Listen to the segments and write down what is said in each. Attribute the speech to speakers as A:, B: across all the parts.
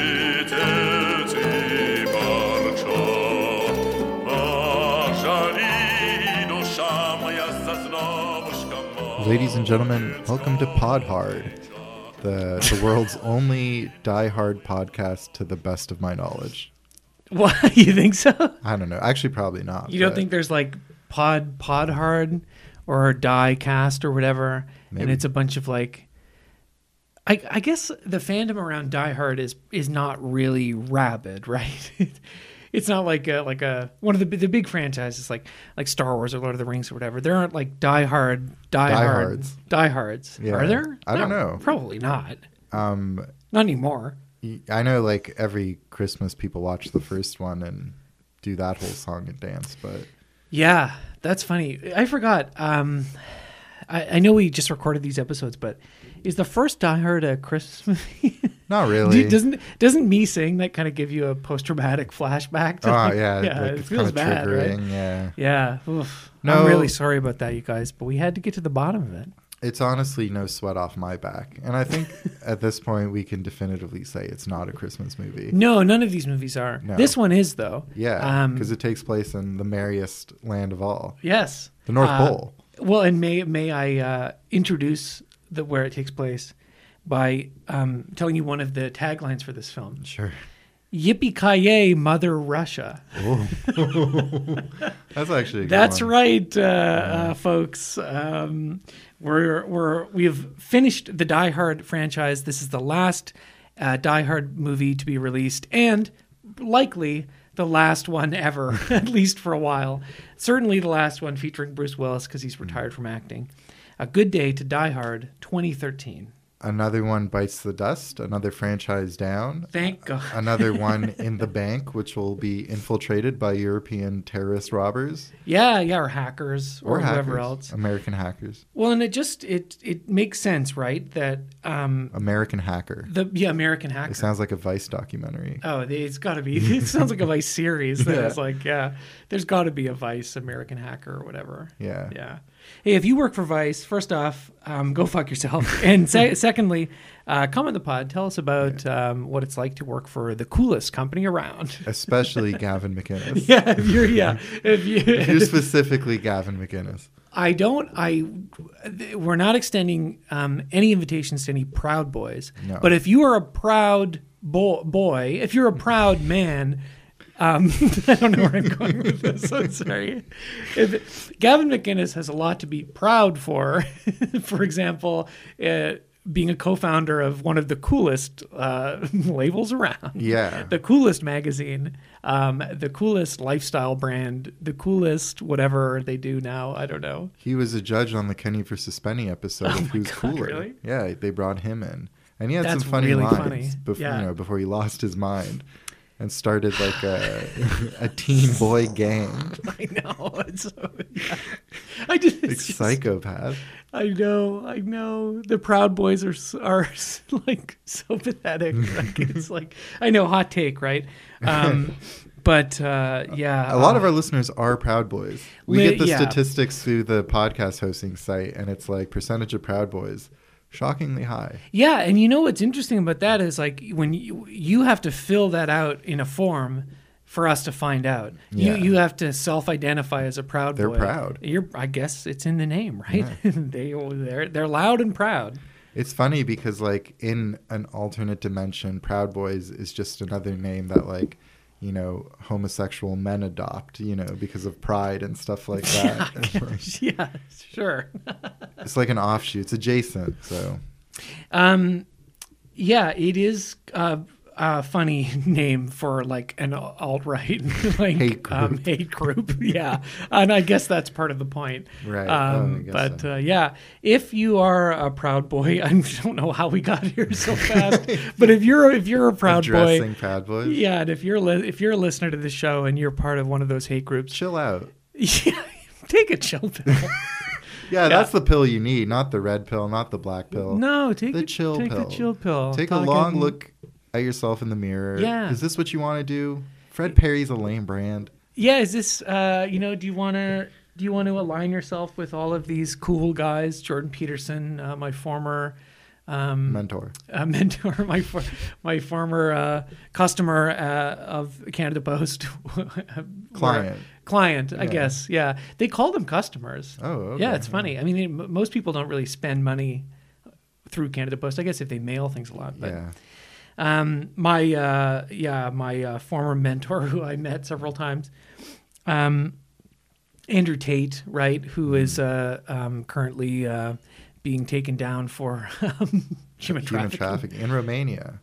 A: Пресвітець і парчо, а жалі душа моя зазновушка моя.
B: Ladies and gentlemen, welcome to Pod Hard, the, the world's only die-hard podcast to the best of my knowledge.
C: What you think so?
B: I don't know. Actually, probably not.
C: You don't
B: but
C: think there's like pod pod hard or die cast or whatever,
B: Maybe.
C: and it's a bunch of like. I, I guess the fandom around Die Hard is is not really rabid, right? it's not like a, like a one of the the big franchises like like Star Wars or Lord of the Rings or whatever. There aren't like Die Hard Die Hard
B: Diehards.
C: Die Hards.
B: Yeah.
C: Are there?
B: I don't
C: No,
B: know.
C: Probably not. Um, not anymore.
B: I know, like every Christmas, people watch the first one and do that whole song and dance. But
C: Yeah, that's funny. I forgot. Um, I, I know we just recorded these episodes, but is the first Die Hard a Christmas? movie?
B: not really.
C: Do- doesn't doesn't me saying that kind of give you a post traumatic flashback?
B: oh
C: To like-
B: yeah,
C: yeah,
B: like,
C: it
B: it's
C: feels
B: kinda
C: bad, right?
B: triggering. Yeah,
C: Yeah. oof.
B: No.
C: I'm really sorry about that, you guys, but we had to get to the bottom of it.
B: it's honestly no sweat off my back, and I think at this point we can definitively say it's not a Christmas movie.
C: No, none of these movies are.
B: No.
C: This one is though.
B: Yeah,
C: Um,
B: because it takes place in the merriest land of all,
C: Yes.
B: the North
C: Uh,
B: Pole.
C: Well, and may may I uh, introduce the where it takes place by um, telling you one of the taglines for this film:
B: Sure.
C: "Yippee ki yay, Mother Russia."
B: That's actually a good
C: That's
B: one.
C: right, uh, uh, folks. Um, we're we're we have finished the Die Hard franchise. This is the last uh, Die Hard movie to be released, and likely the last one ever, at least for a while. Certainly the last one featuring Bruce Willis because he's retired from acting. A good day to Die Hard 2013.
B: Another one bites the dust. Another franchise down.
C: Thank God.
B: Another one in the bank, which will be infiltrated by European terrorist robbers
C: Yeah, yeah, or hackers or,
B: or
C: whoever
B: hackers,
C: else.
B: American hackers,
C: Well, and it just it it makes sense, right? That um
B: American hacker.
C: the yeah American hacker.
B: It sounds like a Vice documentary.
C: Oh, they- it's got to be. It sounds like a Vice series. That
B: Yeah.
C: is like, yeah, there's got to be a Vice American Hacker or whatever.
B: Yeah.
C: Yeah. Hey, if you work for Vice, first off, um, go fuck yourself. And se- secondly, uh, comment the pod. Tell us about um, what it's like to work for the coolest company around.
B: Especially Gavin McInnes.
C: yeah. If you're, yeah. If you,
B: You're specifically Gavin McInnes.
C: I don't. I we're not extending um, any invitations to any proud boys.
B: No.
C: But if you are a proud bo- boy, if you're a proud man, um, I don't know where I'm going with this. I'm sorry. If, Gavin McInnes has a lot to be proud for. for example. Uh, being a co-founder of one of the coolest uh, labels around,
B: Yeah.
C: the coolest magazine, um, the coolest lifestyle brand, the coolest whatever they do now. I don't know.
B: He was a judge on the Kenny versus Spenny episode of Who's Cooler.
C: Oh really?
B: Yeah, they brought him in, and he had
C: That's
B: some funny
C: really
B: lines
C: funny.
B: Before,
C: Yeah.
B: you know, before he lost his mind and started like a a teen boy gang.
C: I know. It's so, yeah. I just,
B: Like
C: it's just-
B: psychopath.
C: I know. I know. The Proud Boys are s- are s- like so pathetic. Like, it's like I know. Hot take, right? Um, but uh,
B: A
C: yeah,
B: lot of our listeners are Proud Boys. We
C: Li-
B: get the
C: yeah.
B: statistics through the podcast hosting site, and it's like percentage of Proud Boys, shockingly high.
C: Yeah, and you know what's interesting about that is like when you, you have to fill that out in a form for us to find out.
B: Yeah.
C: You you have to self-identify as a proud
B: They're
C: boy.
B: proud.
C: You're I guess it's in the name, right? they they're they're loud and proud.
B: It's funny because like in an alternate dimension, Proud Boys is just another name that like you know homosexual men adopt you know because of pride and stuff like that
C: yeah, sure.
B: it's like an offshoot it's adjacent so
C: Um, yeah, it is a, a funny name for like an alt right like
B: Hate group.
C: Um, hate group. Yeah, and I guess that's part of the point.
B: Right. Oh, I
C: Um,
B: guess
C: but
B: so.
C: uh, yeah, if you are a proud boy, I don't know how we got here so fast. but if you're if you're a proud
B: addressing
C: boy.
B: proud boys
C: Yeah, and if you're li- if you're a listener to the show and you're part of one of those hate groups,
B: chill out
C: yeah, take a chill pill.
B: yeah, that's the pill you need not the red pill not the black pill
C: No, take
B: the
C: a-
B: chill
C: take
B: pill
C: the chill pill.
B: take
C: Talking-
B: a long look at yourself in the mirror
C: Yeah.
B: is this what you want to do fred perry's a lame brand
C: yeah is this uh you know do you want to do you want to align yourself with all of these cool guys jordan peterson uh, my former
B: mentor.
C: uh, mentor, my for, my former uh, customer uh, of Canada Post
B: Client.
C: client, I guess. Yeah, they call them customers.
B: Oh, okay,
C: yeah, it's funny. I mean, they- m- most people don't really spend money through Canada Post. I guess if they mail things a lot, but
B: yeah.
C: um, my uh, yeah, my uh, former mentor who I met several times, um, Andrew Tate, right, who is uh, um, currently uh, being taken down for um, human
B: Human
C: trafficking.
B: trafficking in Romania.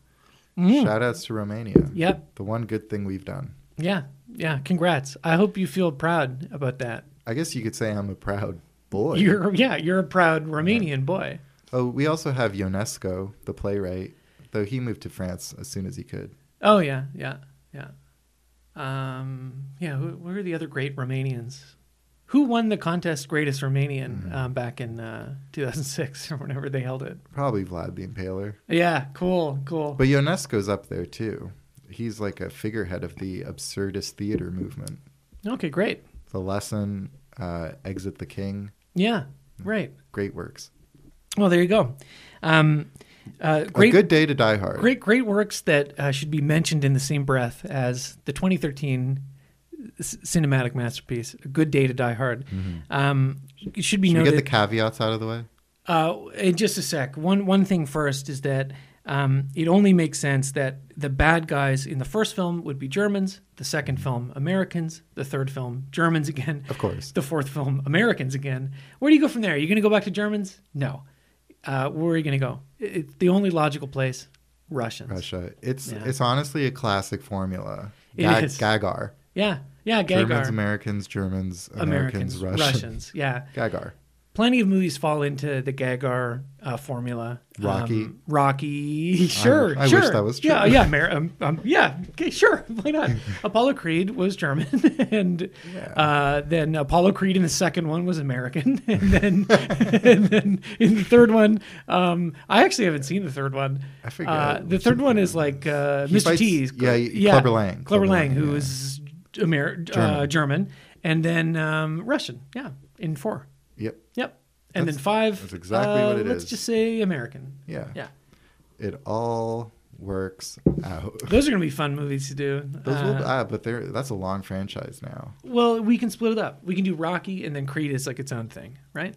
B: Shout outs to Romania.
C: Mm. Yep.
B: The one good thing we've done.
C: Yeah, yeah. Congrats. I hope you feel proud about that.
B: I guess you could say I'm a proud boy.
C: You're yeah, you're a proud Romanian boy.
B: Oh, we also have Ionesco, the playwright, though he moved to France as soon as he could.
C: Oh yeah, yeah, yeah. Um, yeah. Who, who are the other great Romanians? Who won the contest Greatest Romanian
B: Mm-hmm.
C: um, back in uh, 2006 or whenever they held it?
B: Probably Vlad the Impaler.
C: Yeah, cool, cool.
B: But Ionesco's up there too. He's like a figurehead of the absurdist theater movement.
C: okay, great.
B: The Lesson, uh, Exit the King,
C: Yeah, right.
B: great works.
C: Well, there you go. Um, uh,
B: a
C: great,
B: good day to die hard.
C: great, great works that uh, should be mentioned in the same breath as the 2013 c- cinematic masterpiece, "A Good Day to Die Hard." Um, it should be
B: Mm-hmm. Should we
C: noted.
B: get the caveats out of the way?
C: Uh, in just a sec. One one thing first is that um, it only makes sense that the bad guys in the first film would be Germans, the second film Americans, the third film Germans again,
B: Of course.
C: the fourth film Americans again. Where do you go from there? Are you going to go back to Germans? No. Uh, where are you going to go? It, it- the only logical place, Russians.
B: Russia. It's
C: Yeah.
B: it's honestly a classic formula.
C: It is.
B: Gagar.
C: Yeah, yeah. Gagar.
B: Germans, Americans, Germans, Americans, Russians.
C: Russians. Yeah.
B: Gagar.
C: plenty of movies fall into the Gagar uh, formula.
B: Rocky.
C: Um, Rocky. Sure.
B: I wish
C: sure.
B: that was
C: Yeah.
B: true.
C: Yeah. Mer- um, um, yeah. Okay. Sure. Why not? Apollo Creed was German, and uh, then Apollo Creed in the second one was American, and then and then in the third one, um, I actually haven't seen the third one.
B: I forget
C: Uh, the
B: which
C: third
B: the
C: one
B: third
C: is like uh,
B: He
C: Mr.
B: fights-
C: T's.
B: yeah, Clubber Lang.
C: Clever
B: Clubber
C: Lang,
B: Lang,
C: who
B: yeah.
C: is Amer- Uh,
B: German.
C: German, and then um, Russian. Yeah, in four.
B: Yep.
C: Yep. And
B: That's-
C: then five.
B: that's exactly what
C: it
B: it
C: let's
B: is.
C: just say American.
B: Yeah.
C: Yeah.
B: It all works out.
C: Those are going to be fun movies to do.
B: Those
C: Uh,
B: will, ah, but they're, that's a long franchise now.
C: well, we can split it up. We can do Rocky and then Creed is like its own thing, right?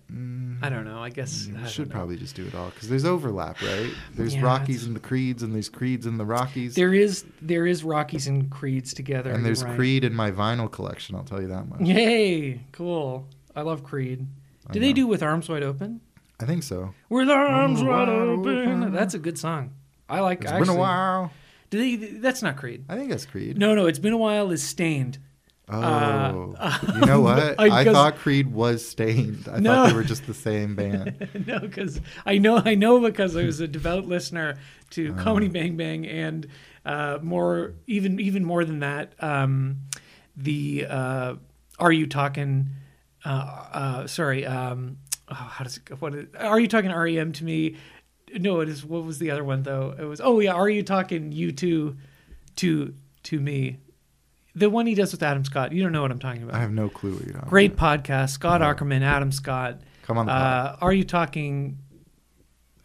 C: I don't know. I guess. I
B: We
C: don't
B: should
C: know.
B: probably just do Mm. it all because there's overlap, right? There's
C: Yeah,
B: Rockies
C: it's-
B: and the Creeds, and there's Creeds and the Rockies,
C: There is there is Rockies and Creeds together.
B: and
C: you're
B: there's
C: right.
B: Creed in my vinyl collection. I'll tell you that much.
C: Yay! Cool. I love Creed. Do they do with arms wide open?
B: I think so.
C: With arms
B: wide
C: wide open.
B: open.
C: That's a good song. I like.
B: It's
C: I actually,
B: been a while.
C: Do they? That's not Creed.
B: I think that's Creed.
C: No, no. It's been a while. Is stained.
B: Oh, you know what?
C: Uh, I
B: I,
C: guess-
B: thought Creed was stained. I
C: No.
B: thought they were just the same band.
C: no, because I know, I know, because I was a devout listener to Comedy Bang Bang, and uh, more, even, even more than that, um, the uh, Are You Talking? Uh, uh, sorry, um, oh, how does it go? What is, Are You Talking REM to me? No, it is. What was the other one though? It was. Oh yeah, Are You Talking You Two to to me? The one he does with Adam Scott. You don't know what I'm talking about.
B: I have no clue what you're talking
C: Great podcast. Scott Ackerman, Adam Scott.
B: Come on the
C: Uh, are you talking?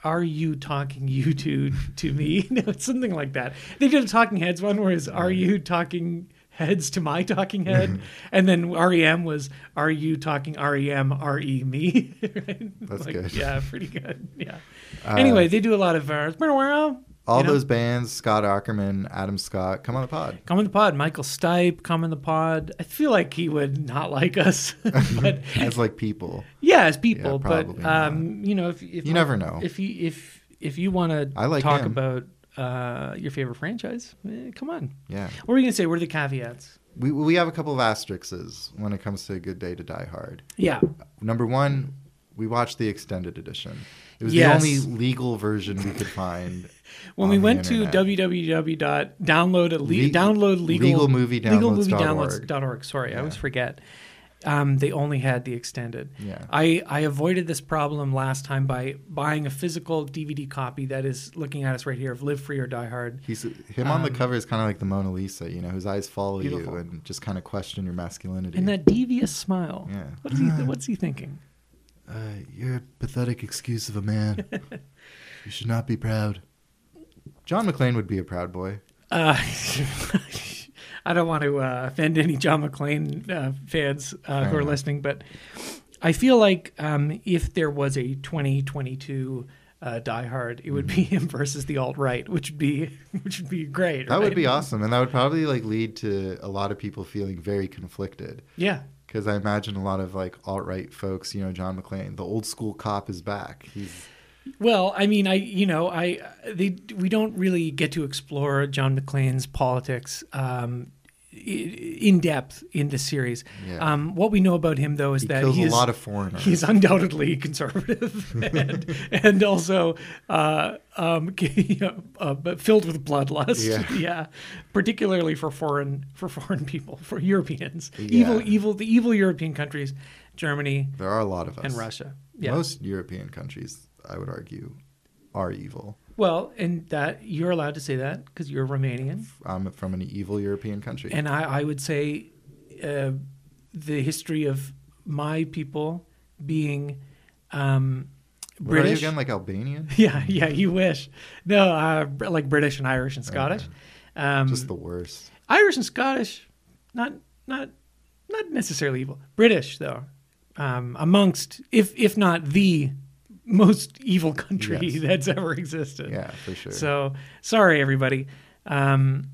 C: Are you talking you two to me? no, it's something like that. They did a Talking Heads one where it's Are you talking heads to my talking head? and then REM was Are you talking E REM RE me? Right?
B: That's good.
C: Yeah, pretty good. Yeah. anyway, they do a lot of uh,
B: All
C: you know?
B: those bands, Scott Ackerman, Adam Scott, come on the pod.
C: Come in the pod, Michael Stipe. Come in the pod. I feel like he would not like us, but
B: As like people.
C: Yeah, as people,
B: Yeah,
C: but
B: probably
C: um, you know, if, if
B: You never know.
C: if you if if you want to
B: I like
C: talk
B: him.
C: about uh, your favorite franchise, eh, come on.
B: Yeah.
C: What were you gonna say? What are the caveats?
B: We, we have a couple of asterisks when it comes to A Good Day to Die Hard.
C: Yeah,
B: Number one, we watched the extended edition. It was
C: Yes.
B: the only legal version we could find.
C: when
B: on
C: we
B: the
C: went
B: internet.
C: to www.downloadlegal
B: Le-
C: download legal
B: legalmoviedownloads.org.
C: legalmoviedownloads.org. Sorry, I always forget. Um, they only had the extended.
B: Yeah.
C: I, I avoided this problem last time by buying a physical DVD copy that is looking at us right here of Live Free or Die Hard.
B: He's him on the cover is kind of like the Mona Lisa, you know, whose eyes follow
C: Um, Beautiful.
B: you and just kind of question your masculinity.
C: And that devious smile.
B: Yeah.
C: What's he, what's he thinking?
B: uh, you're a pathetic excuse of a man. You should not be proud. John McClane would be a proud boy.
C: Uh, I don't want to uh, offend any John McClane uh, fans uh, who are
B: enough.
C: listening, but I feel like um, if there was a 2022 uh, Die Hard, it
B: Mm-hmm.
C: would be him versus the alt right, which would be which would be great.
B: That would
C: right?
B: be awesome, and that would probably like lead to a lot of people feeling very conflicted.
C: yeah.
B: Because I imagine a lot of like alt right folks, you know, John McClane, the old school cop is back. He's
C: Well, I mean, I you know, I they we don't really get to explore John McClane's politics um, i- in depth in this series.
B: Yeah.
C: Um, what we know about him, though, is
B: he
C: that
B: kills
C: he
B: a
C: is,
B: lot of foreigners.
C: He's undoubtedly conservative and, and also uh, um, you know, uh, but filled with bloodlust.
B: Yeah.
C: particularly for foreign for foreign people, for Europeans, evil,
B: Yeah.
C: evil, the evil European countries, Germany
B: there are a lot of us.
C: and Russia. Yeah.
B: Most European countries, I would argue, are evil.
C: well, and that you're allowed to say that because you're Romanian,
B: I'm from an evil European country.
C: and I, I would say uh, the history of my people being um,
B: What are you
C: British.
B: again, like Albanian?
C: Yeah, yeah, you wish. No, uh, br- like British and Irish and Scottish. Um,
B: Just the worst.
C: Irish and Scottish, not not not necessarily evil. British though, um, amongst if if not the most evil country
B: Yes.
C: that's ever existed.
B: Yeah, for sure.
C: So sorry, everybody. Um,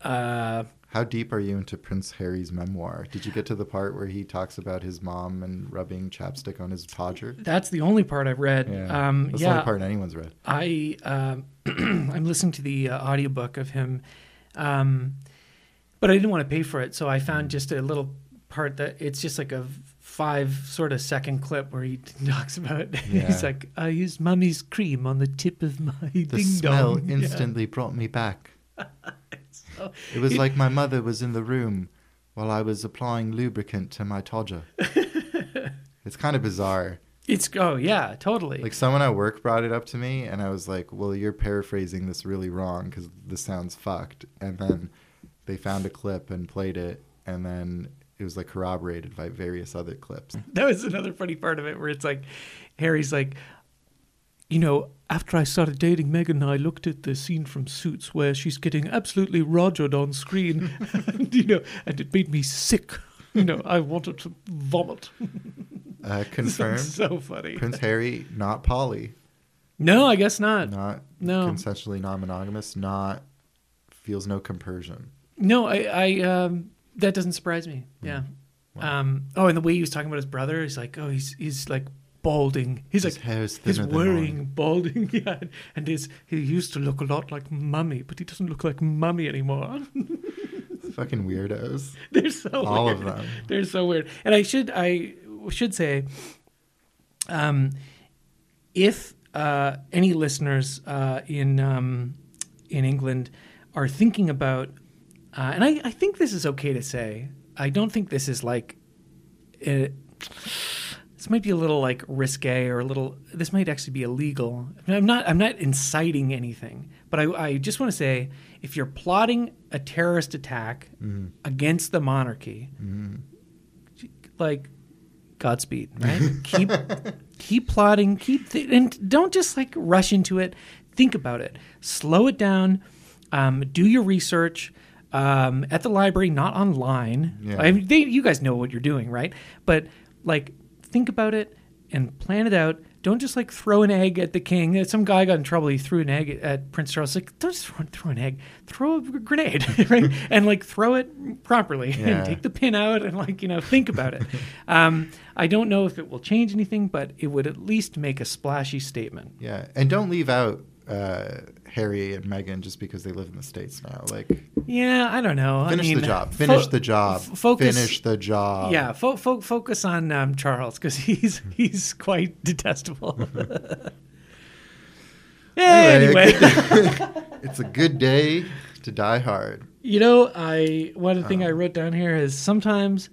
C: uh,
B: How deep are you into Prince Harry's memoir? Did you get to the part where he talks about his mom and rubbing chapstick on his todger?
C: that's the only part I've read.
B: Yeah.
C: um,
B: That's
C: yeah
B: the only part anyone's read.
C: I um, I'm listening to the uh, audiobook of him, um, but I didn't want to pay for it, so I
B: Mm.
C: found just a little part that it's just like a five sort of second clip where he talks about
B: Yeah.
C: he's like I used mummy's cream on the tip of my
B: The
C: ding
B: smell
C: dong. Yeah.
B: instantly brought me back.
C: So-
B: It was like my mother was in the room while I was applying lubricant to my todger. it's kind of bizarre.
C: It's oh yeah, totally.
B: Like someone at work brought it up to me, and I was like, "Well, you're paraphrasing this really wrong because this sounds fucked." And then they found a clip and played it, and then it was like corroborated by various other clips.
C: that was another funny part of it where it's like Harry's like, you know, after I started dating Megan, I looked at the scene from Suits where she's getting absolutely rogered on screen, and, you know, and it made me sick. You know, I wanted to vomit.
B: Uh, confirmed.
C: so funny.
B: Prince Harry, not poly,
C: No, I guess not. No,
B: not
C: Uh, No.
B: consensually non-monogamous, not feels no compersion.
C: I, I um, that doesn't surprise me. Yeah. Um, oh, and the way he was talking about his brother, he's like, oh, he's he's like balding. He's
B: His
C: like
B: hair is
C: He's
B: thinner than mine.
C: worrying, balding, yeah, and his, he used to look a lot like mummy, but he doesn't look like mummy anymore.
B: Fucking weirdos.
C: They're so
B: All
C: weird.
B: of them.
C: They're so weird. And I should I should say, um, if uh, any listeners uh, in um, in England are thinking about, uh, and I, I think this is okay to say. I don't think this is like. uh this might be a little like risque or a little. This might actually be illegal. I mean, I'm not. I'm not inciting anything, but I, I just want to say, if you're plotting a terrorist attack against the monarchy, like Godspeed, right? keep keep plotting, keep th- and don't just like rush into it. Think about it, slow it down, um, do your research um, at the library, not online.
B: Yeah.
C: I mean, they, you guys know what you're doing, right? But like, think about it and plan it out. Don't just like throw an egg at the king. Uh, Some guy got in trouble. He threw an egg at Prince Charles. Like, don't just throw, throw an egg. Throw a grenade, right? and like throw it properly
B: Yeah.
C: and take the pin out and like you know think about it um, i don't know if it will change anything but it would at least make a splashy statement
B: Yeah, and don't leave out uh, Harry and Meghan just because they live in the states now. Like,
C: yeah i don't know
B: finish
C: I mean,
B: the job.
C: fo-
B: Finish the job.
C: f- focus
B: Finish the job.
C: yeah fo- fo- focus on um, charles because he's he's quite detestable
B: Anyway,
C: anyway,
B: it's a good day to die hard.
C: you know i one thing
B: Uh-huh.
C: i wrote down here is sometimes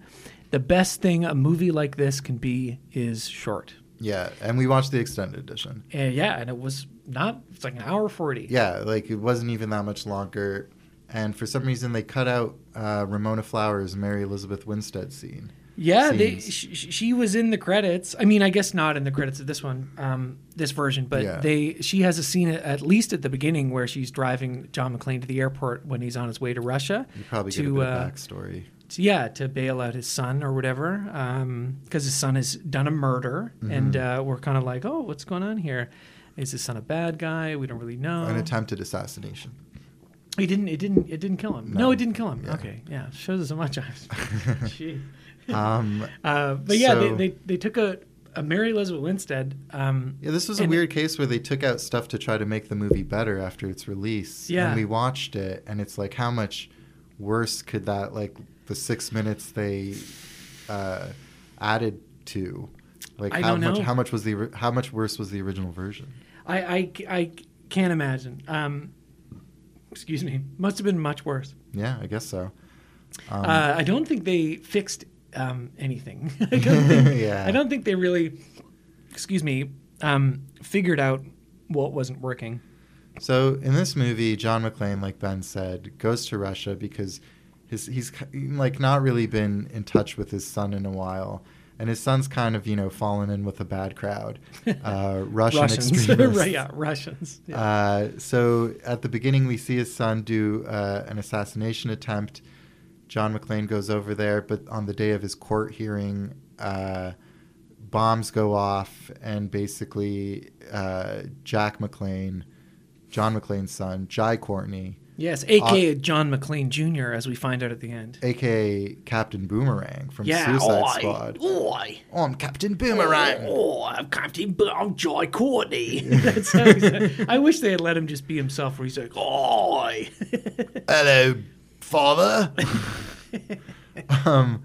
C: the best thing a movie like this can be is short
B: Yeah, and we watched the extended edition.
C: and yeah and it was not it's like an hour 40
B: Yeah, like it wasn't even that much longer. And for some reason, they cut out uh, Ramona Flowers' Mary Elizabeth Winstead scene.
C: Yeah, they,
B: scenes.
C: sh- sh- she was in the credits. I mean, I guess not in the credits of this one, um, this version, but
B: Yeah.
C: they she has a scene at- at least at the beginning where she's driving John McClane to the airport when he's on his way to Russia.
B: You probably get a
C: to,
B: bit
C: uh,
B: of backstory.
C: to- yeah, to bail out his son or whatever, because his son has done a murder,
B: Mm-hmm.
C: and uh, we're kind of like, oh, what's going on here? Is his son a bad guy? We don't really know.
B: An attempted assassination.
C: He didn't. It didn't. It didn't kill him. No,
B: No.
C: it didn't kill him.
B: Yeah.
C: Okay. Yeah. Shows us how much I. Gee.
B: Um,
C: Uh, but yeah,
B: So-
C: they, they they took a, a Mary Elizabeth Winstead. Um,
B: yeah, this was a
C: And-
B: weird case where they took out stuff to try to make the movie better after its release.
C: Yeah.
B: And we watched it, and it's like, how much worse could that, like, the six minutes they uh, added to? Like,
C: I
B: how
C: don't
B: much?
C: know.
B: How much was the? ori- How much worse was the original version?
C: I, I I can't imagine. Um, excuse me. Must have been much worse.
B: Yeah, I guess so. Um,
C: uh, I don't think they fixed um, anything. I don't think.
B: Yeah.
C: I don't think they really. Excuse me. Um, figured out what wasn't working.
B: So in this movie, John McClane, like Ben said, goes to Russia because his he's ki- like not really been in touch with his son in a while, and his son's kind of you know fallen in with a bad crowd, uh, Russian
C: Russians.
B: extremists.
C: Right, yeah, Russians. Yeah.
B: Uh, so at the beginning, we see his son do uh, an assassination attempt. John McClane goes over there, but on the day of his court hearing, uh, bombs go off, and basically uh, Jack McClane, John McClane's son, Jai Courtney,
C: yes,
B: uh,
C: aka John McClane Jr. As we find out at the end.
B: aka Captain Boomerang from
C: Yeah.
B: Suicide
C: oi,
B: Squad.
C: Oi.
B: Oh, I'm Captain Boomerang.
C: Oh, I'm Captain, but I'm Jai Courtney. That's how he said. I wish they had let him just be himself, where he's like, "Oi."
B: Hello, father. um,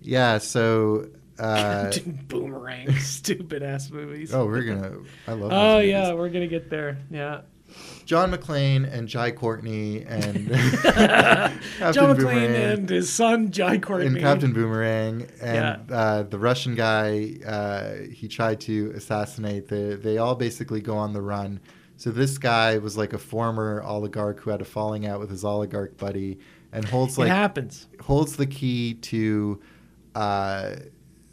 B: yeah. So. Uh,
C: Boomerang, stupid ass movies.
B: Oh, we're gonna. I love.
C: Oh,
B: these
C: yeah,
B: movies.
C: we're gonna get there. Yeah,
B: John McClane and Jai Courtney and Captain
C: John McClane
B: Boomerang
C: and his son Jai Courtney.
B: and Captain Boomerang and uh, the Russian guy. Uh, he tried to assassinate. The, they all basically go on the run. So this guy was like a former oligarch who had a falling out with his oligarch buddy and holds
C: it
B: like
C: happens.
B: holds the key to uh,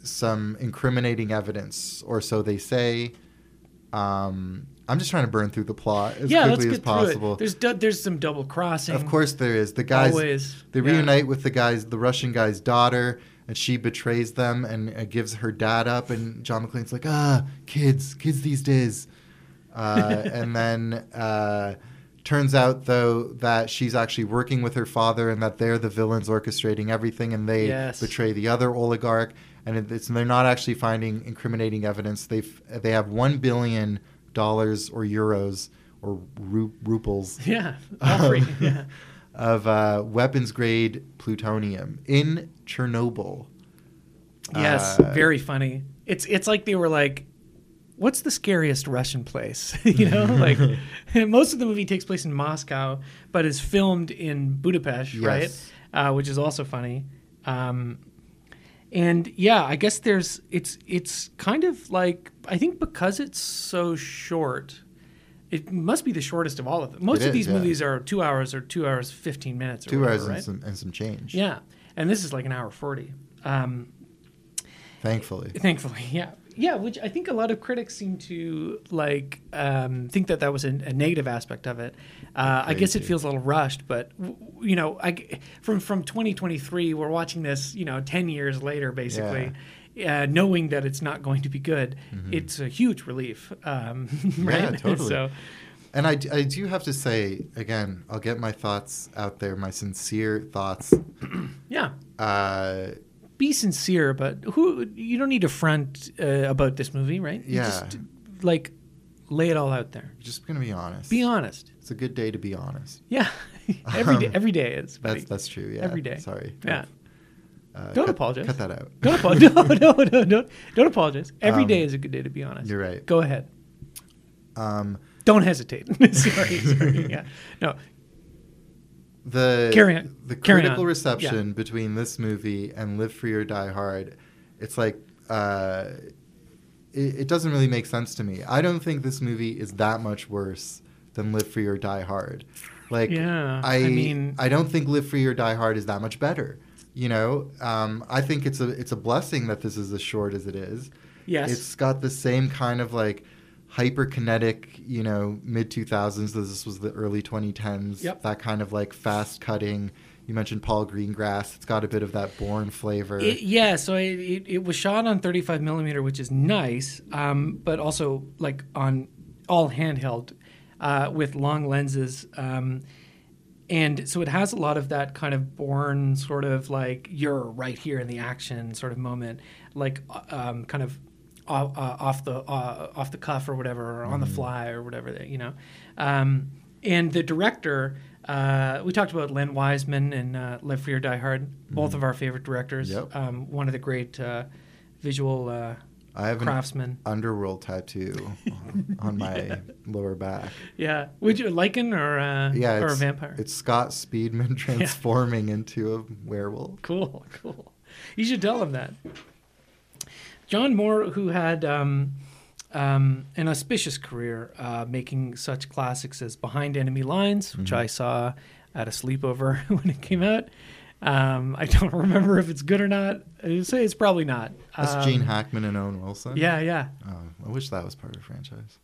B: some incriminating evidence, or so they say. Um, I'm just trying to burn through the plot as
C: Yeah, let's
B: quickly
C: get
B: as possible.
C: through it. There's du- there's some double crossing.
B: Of course, there is the guys.
C: always.
B: They
C: Yeah.
B: reunite with the guys, the Russian guy's daughter, and she betrays them and uh, gives her dad up. And John McClane's like, ah, kids, kids these days. Uh, and then uh, turns out though that she's actually working with her father, and that they're the villains orchestrating everything, and they
C: Yes.
B: betray the other oligarch. And it- it's, they're not actually finding incriminating evidence. They they have one billion dollars or euros or ru- ruples
C: Yeah, all three.
B: Um,
C: yeah.
B: of uh, weapons grade plutonium in Chernobyl.
C: Yes,
B: Uh,
C: very funny. It's it's like they were like, what's the scariest Russian place? you know, like most of the movie takes place in Moscow, but is filmed in Budapest,
B: Yes.
C: right? Uh, which is also funny. Um, and yeah, I guess there's it's it's kind of like I think because it's so short. It must be the shortest of all of them. Most
B: It
C: of
B: is,
C: these
B: yeah.
C: movies are two hours or two hours fifteen minutes. Or
B: Two
C: whatever,
B: hours
C: right?
B: and, some, and some change.
C: Yeah, and this is like an hour forty. Um,
B: Thankfully.
C: Thankfully, yeah, yeah. Which I think a lot of critics seem to like um, think that that was a, a negative aspect of it. Uh, I guess it
B: Crazy.
C: feels a little rushed, but w- w- you know, I g from from 2023, we're watching this, you know, 10 years later, basically. Uh, knowing that it's not going to be good, it's a huge relief, um, right?
B: Mm-hmm. totally.
C: so,
B: And I, d- I do have to say, again, I'll get my thoughts out there, my sincere thoughts.
C: yeah,
B: Uh,
C: be sincere, but who you don't need to front uh, about this movie, right? You
B: Yeah.
C: just like lay it all out there.
B: just going to be honest.
C: Be honest.
B: It's a good day to be honest.
C: Yeah, every day.
B: Um,
C: Every day is. buddy.
B: That's, that's true. Yeah.
C: every day.
B: Sorry.
C: Yeah.
B: Uh,
C: Don't
B: cut-
C: apologize.
B: Cut that out.
C: Don't apologize. no, no, no, don't, don't apologize. Every
B: Um,
C: day is a good day to be honest.
B: you're right.
C: Go ahead.
B: Um,
C: Don't hesitate. sorry, sorry. Yeah. No.
B: the
C: Carry on.
B: the
C: Carry
B: critical
C: on.
B: reception between this movie and Live Free or Die Hard, it's like uh, it, it doesn't really make sense to me. I don't think this movie is that much worse than Live Free or Die Hard. Like,
C: Yeah,
B: I,
C: I mean-
B: I don't think Live Free or Die Hard is that much better. you know, um, I think it's a it's a blessing that this is as short as it is.
C: Yes.
B: It's got the same kind of like hyperkinetic, you know, mid 2000s. This was the early 2010s.
C: Yep.
B: That kind of like fast cutting. You mentioned Paul Greengrass. It's got a bit of that Bourne flavor.
C: It, yeah, so it, it, it was shot on 35 millimeter, which is nice, um, but also like on all handheld uh, with long lenses. Um, and so it has a lot of that kind of born sort of like you're right here in the action sort of moment, like uh, um, kind of off, uh, off the uh, off the cuff or whatever, or on
B: Mm-hmm.
C: the fly or whatever that you know. Um, and the director, uh, we talked about Len Wiseman and uh, Live Free or Die Hard, both of our favorite directors.
B: Mm-hmm. Yep.
C: Um, one of the great uh, visual uh,
B: I have an
C: craftsmen.
B: underworld tattoo on my lower back.
C: Yeah, would you lichen or uh,
B: Yeah,
C: or
B: it's,
C: a vampire?
B: It's Scott Speedman transforming into a werewolf.
C: cool, cool. You should tell him that. John Moore, who had um, um, an auspicious career uh, making such classics as Behind Enemy Lines,
B: Mm-hmm.
C: which I saw at a sleepover when it came out. Um, I don't remember if it's good or not. I would say it's probably not.
B: That's
C: Um,
B: Gene Hackman and Owen Wilson.
C: Yeah, yeah.
B: Oh, I wish that was part of the franchise.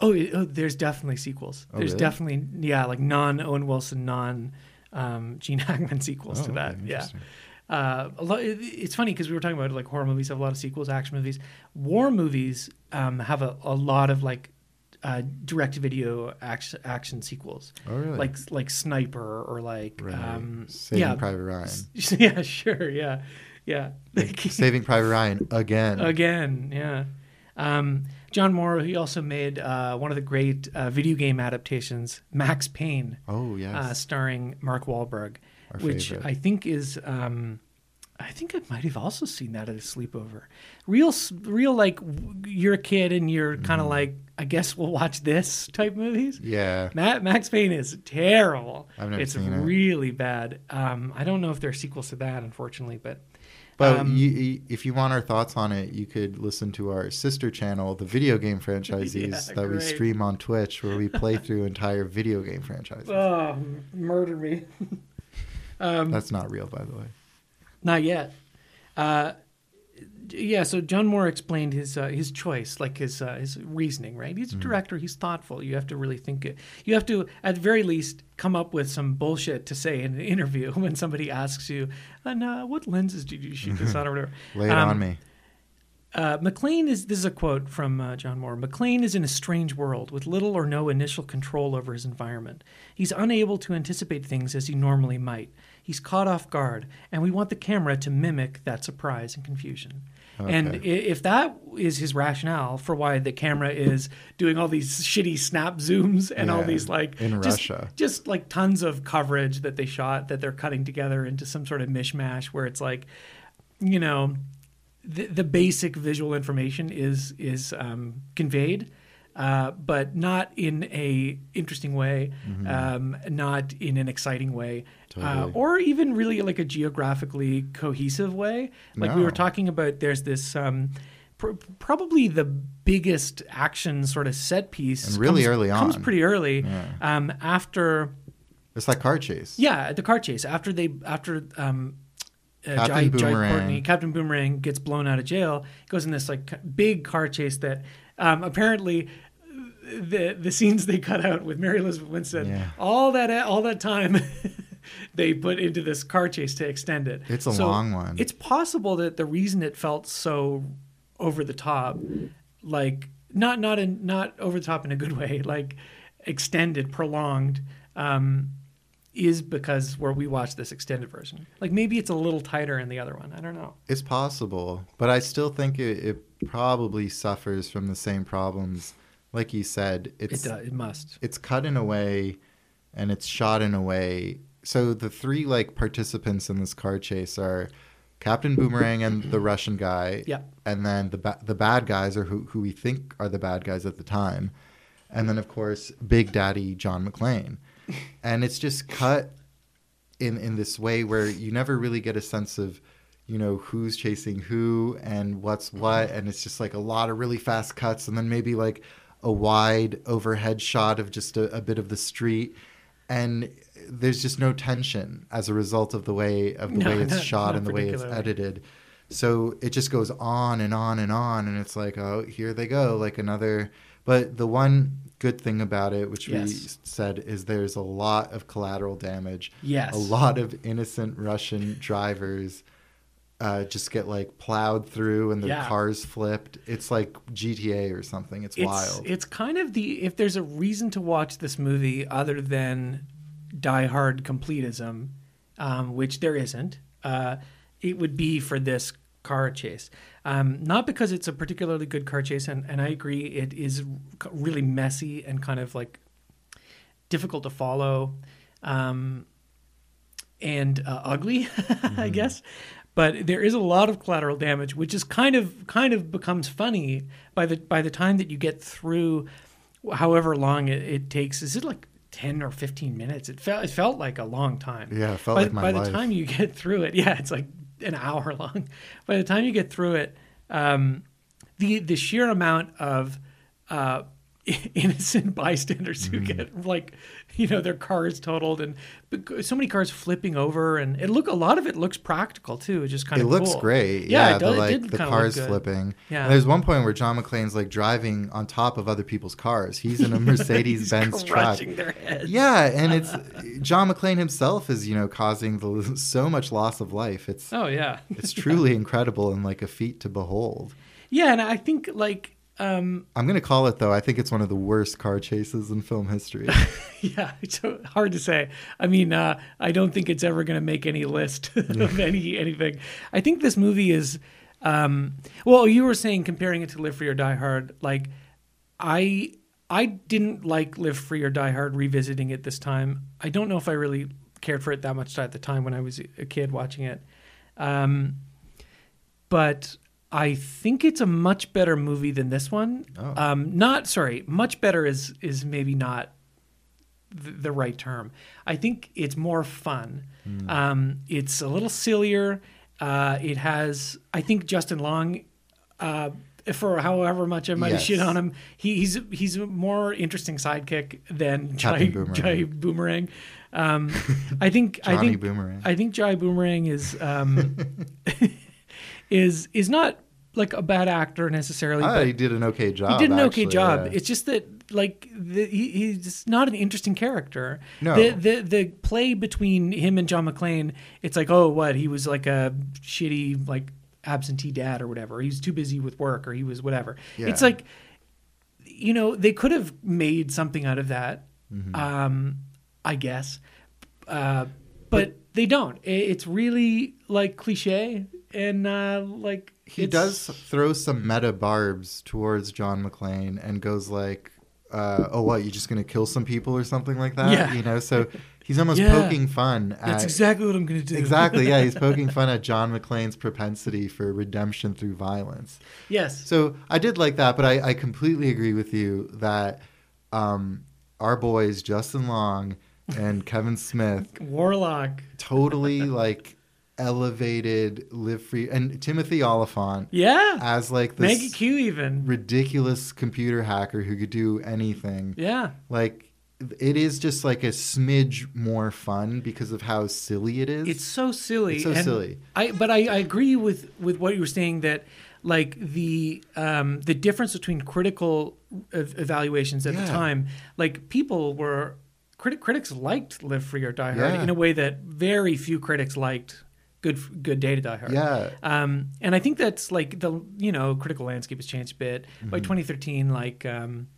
C: Oh, it- oh there's definitely sequels.
B: Oh,
C: there's
B: really?
C: definitely yeah, like non Owen Wilson, non um, Gene Hackman sequels
B: Oh,
C: to that.
B: okay,
C: Yeah.
B: interesting.
C: Uh, a lot, it- it's funny because we were talking about like horror movies have a lot of sequels, action movies. War movies um, have a, a lot of like uh, direct video action, action sequels,
B: Oh, really?
C: like like Sniper or like
B: Right.
C: um,
B: Saving
C: yeah,
B: Private Ryan.
C: yeah, sure, yeah, yeah.
B: Saving Private Ryan again.
C: Again, yeah. Um, John Moore, he also made uh, one of the great uh, video game adaptations, Max Payne,
B: Oh yes.
C: uh, starring Mark Wahlberg,
B: Our
C: which
B: favorite.
C: I think is. Um, I think I might have also seen that at a sleepover. Real, s- real like w- you're a kid and you're kind of like, I guess we'll watch this type movies.
B: Mm-hmm. yeah.
C: Ma Max Payne is terrible.
B: I've never
C: it's
B: seen it.
C: really bad. Um, I don't know if there are sequels to that, unfortunately, but
B: But
C: um,
B: you, you, if you want our thoughts on it, you could listen to our sister channel, the video game franchisees
C: Yeah,
B: that we
C: great.
B: stream on Twitch, where we play through entire video game franchises.
C: oh, m- murder me. Um,
B: That's not real, by the way.
C: Not yet. Uh, d- yeah, so John Moore explained his uh, his choice, like his uh, his reasoning. Right, he's a
B: Mm-hmm.
C: director. He's thoughtful. You have to really think. It. You have to, at the very least, come up with some bullshit to say in an interview when somebody asks you, "And uh, what lenses did you shoot this on?" Or whatever.
B: Lay it
C: Um,
B: on me.
C: uh, McLean is this is a quote from uh, John Moore. McLean is in a strange world with little or no initial control over his environment. He's unable to anticipate things as he normally might. He's caught off guard, and we want the camera to mimic that surprise and confusion. And i-
B: Okay.
C: if that is his rationale for why the camera is doing all these shitty snap zooms and all
B: Yeah,
C: these like
B: in
C: just-
B: Russia.
C: just like tons of coverage that they shot that they're cutting together into some sort of mishmash where it's like you know the, the basic visual information is is um, conveyed uh, but not in a interesting way um, not in an exciting way uh,
B: Mm-hmm. Totally.
C: or even really like a geographically cohesive way like we
B: No.
C: were talking about there's this um, pr- probably the biggest action sort of set piece
B: And really
C: comes-
B: early
C: comes
B: on.
C: pretty early um, after
B: It's like car chase.
C: yeah, at the car chase after they after um, uh, Jai,
B: Captain
C: Jai
B: Boomerang.
C: Courtney, Captain Boomerang gets blown out of jail, goes in this like c- big car chase that um, apparently the the scenes they cut out with Mary Elizabeth Winstead,
B: Yeah.
C: all that all that time. They put into this car chase to extend it.
B: It's a
C: So
B: long one.
C: It's possible that the reason it felt so over the top, like not not in not over the top in a good way, like extended, prolonged, um, is because where we watch this extended version. Like maybe it's a little tighter in the other one. I don't know.
B: It's possible, but I still think it, it probably suffers from the same problems. Like you said,
C: It
B: it's
C: does. It must.
B: it's cut in a way and it's shot in a way so the three like participants in this car chase are captain boomerang and the russian guy
C: Yeah.
B: and then the ba- the bad guys are who, who we think are the bad guys at the time and then of course big daddy john mcclane and it's just cut in in this way where you never really get a sense of you know who's chasing who and what's what and it's just like a lot of really fast cuts and then maybe like a wide overhead shot of just a, a bit of the street and there's just no tension as a result of the way of the
C: No,
B: way it's
C: not-
B: shot
C: not
B: and the way it's
C: particularly.
B: edited. So it just goes on and on and on, and it's like, oh, here they go, like another. But the one good thing about it, which we
C: Yes.
B: s- said, is there's a lot of collateral damage.
C: Yes.
B: a lot of innocent Russian drivers. Uh, just get like plowed through and their
C: Yeah.
B: cars flipped. It's like GTA or something. It's,
C: it's,
B: wild.
C: it's kind of the if there's a reason to watch this movie other than diehard completism, um, which there isn't, uh, it would be for this car chase. Um, not because it's a particularly good car chase, and, and I agree, it is really messy and kind of like difficult to follow um, and uh, ugly,
B: Mm-hmm.
C: I guess. But there is a lot of collateral damage, which is kind of kind of becomes funny by the by the time that you get through, however long it, it takes. Is it like ten or fifteen minutes? It felt it felt like a long time.
B: Yeah, it felt
C: by,
B: like my
C: by the
B: life.
C: time you get through it, yeah, it's like an hour long. By the time you get through it, um, the the sheer amount of uh, innocent bystanders who
B: Mm-hmm.
C: get like you know their cars totaled and bec- so many cars flipping over and it look a lot of it looks practical too. It's just kind
B: it
C: of
B: looks
C: cool.
B: great. Yeah,
C: Yeah,
B: the,
C: it, does, it
B: like
C: did
B: the
C: kinda look
B: cars
C: good.
B: flipping.
C: Yeah.
B: And there's one point where John McClane's like driving on top of other people's cars. He's in a Mercedes
C: He's
B: Benz truck.
C: crushing their heads.
B: Yeah, and it's John McClane himself is you know causing the, so much loss of life. It's
C: Oh yeah.
B: it's truly incredible and like a feat to behold.
C: Yeah, and I think like um
B: I'm gonna call it though. I think it's one of the worst car chases in film history.
C: yeah, it's so hard to say. I mean, uh I don't think it's ever going to make any list of any anything. I think this movie is um well, you were saying comparing it to Live Free or Die Hard like I I didn't like Live Free or Die Hard revisiting it this time. I don't know if I really cared for it that much at the time when I was a kid watching it. Um, but I think it's a much better movie than this one.
B: Oh.
C: Um, not sorry, much better is is maybe not the, the right term. I think it's more fun.
B: Hmm.
C: Um, it's a little sillier. Uh, it has, I think, Justin Long. Uh, for however much I might have
B: Yes.
C: shit on him, he, he's he's a more interesting sidekick than Jai
B: Captain
C: Boomerang.
B: Boomerang.
C: Jai Boomerang. Um, I think I
B: Johnny
C: think
B: Boomerang.
C: I think Jai Boomerang is um, is is not like a bad actor necessarily.
B: Ah,
C: but
B: he did an okay job.
C: he did an okay
B: actually,
C: job.
B: yeah.
C: It's just that like the, he, he's not an interesting character.
B: No.
C: The, the the play between him and John McClane, it's like oh what he was like a shitty like absentee dad or whatever. He was too busy with work or he was whatever.
B: Yeah.
C: It's like you know they could have made something out of that.
B: Mm-hmm.
C: Um, I guess, uh, but, they don't. I- It's really like cliche and uh, like
B: he
C: it's-
B: does throw some meta barbs towards John McClane and goes like, uh, "Oh, what? You just gonna kill some people or something like that?"
C: Yeah.
B: You know, so he's almost
C: Yeah.
B: poking fun. At,
C: That's exactly what I'm going to do.
B: exactly, yeah. He's poking fun at John McClane's propensity for redemption through violence.
C: yes.
B: So I did like that, but I, I completely agree with you that um, our boys Justin Long and Kevin Smith
C: Warlock.
B: totally like elevated live free and Timothy Oliphant
C: Yeah.
B: as like Uh, this
C: Maggie Q even.
B: ridiculous computer hacker who could do anything.
C: Yeah.
B: Like it is just like a smidge more fun because of how silly it is.
C: It's so silly.
B: It's so
C: and
B: silly.
C: I but I, I agree with with what you were saying that like the um the difference between critical ev- evaluations at the
B: Yeah.
C: time like people were crit- critics liked live free or die hard
B: Yeah.
C: in a way that very few critics liked good good day to die hard
B: yeah.
C: Um, and I think that's like the you know critical landscape has changed a bit by 2013. Like um,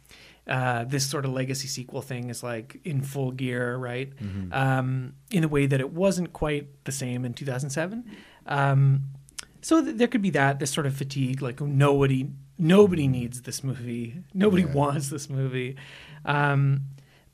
C: uh, this sort of legacy sequel thing is like in full gear, right? Um, in a way that it wasn't quite the same in 2007. Um, so th- there could be that this sort of fatigue, like nobody nobody needs this movie, nobody
B: Yeah.
C: wants this movie. Um,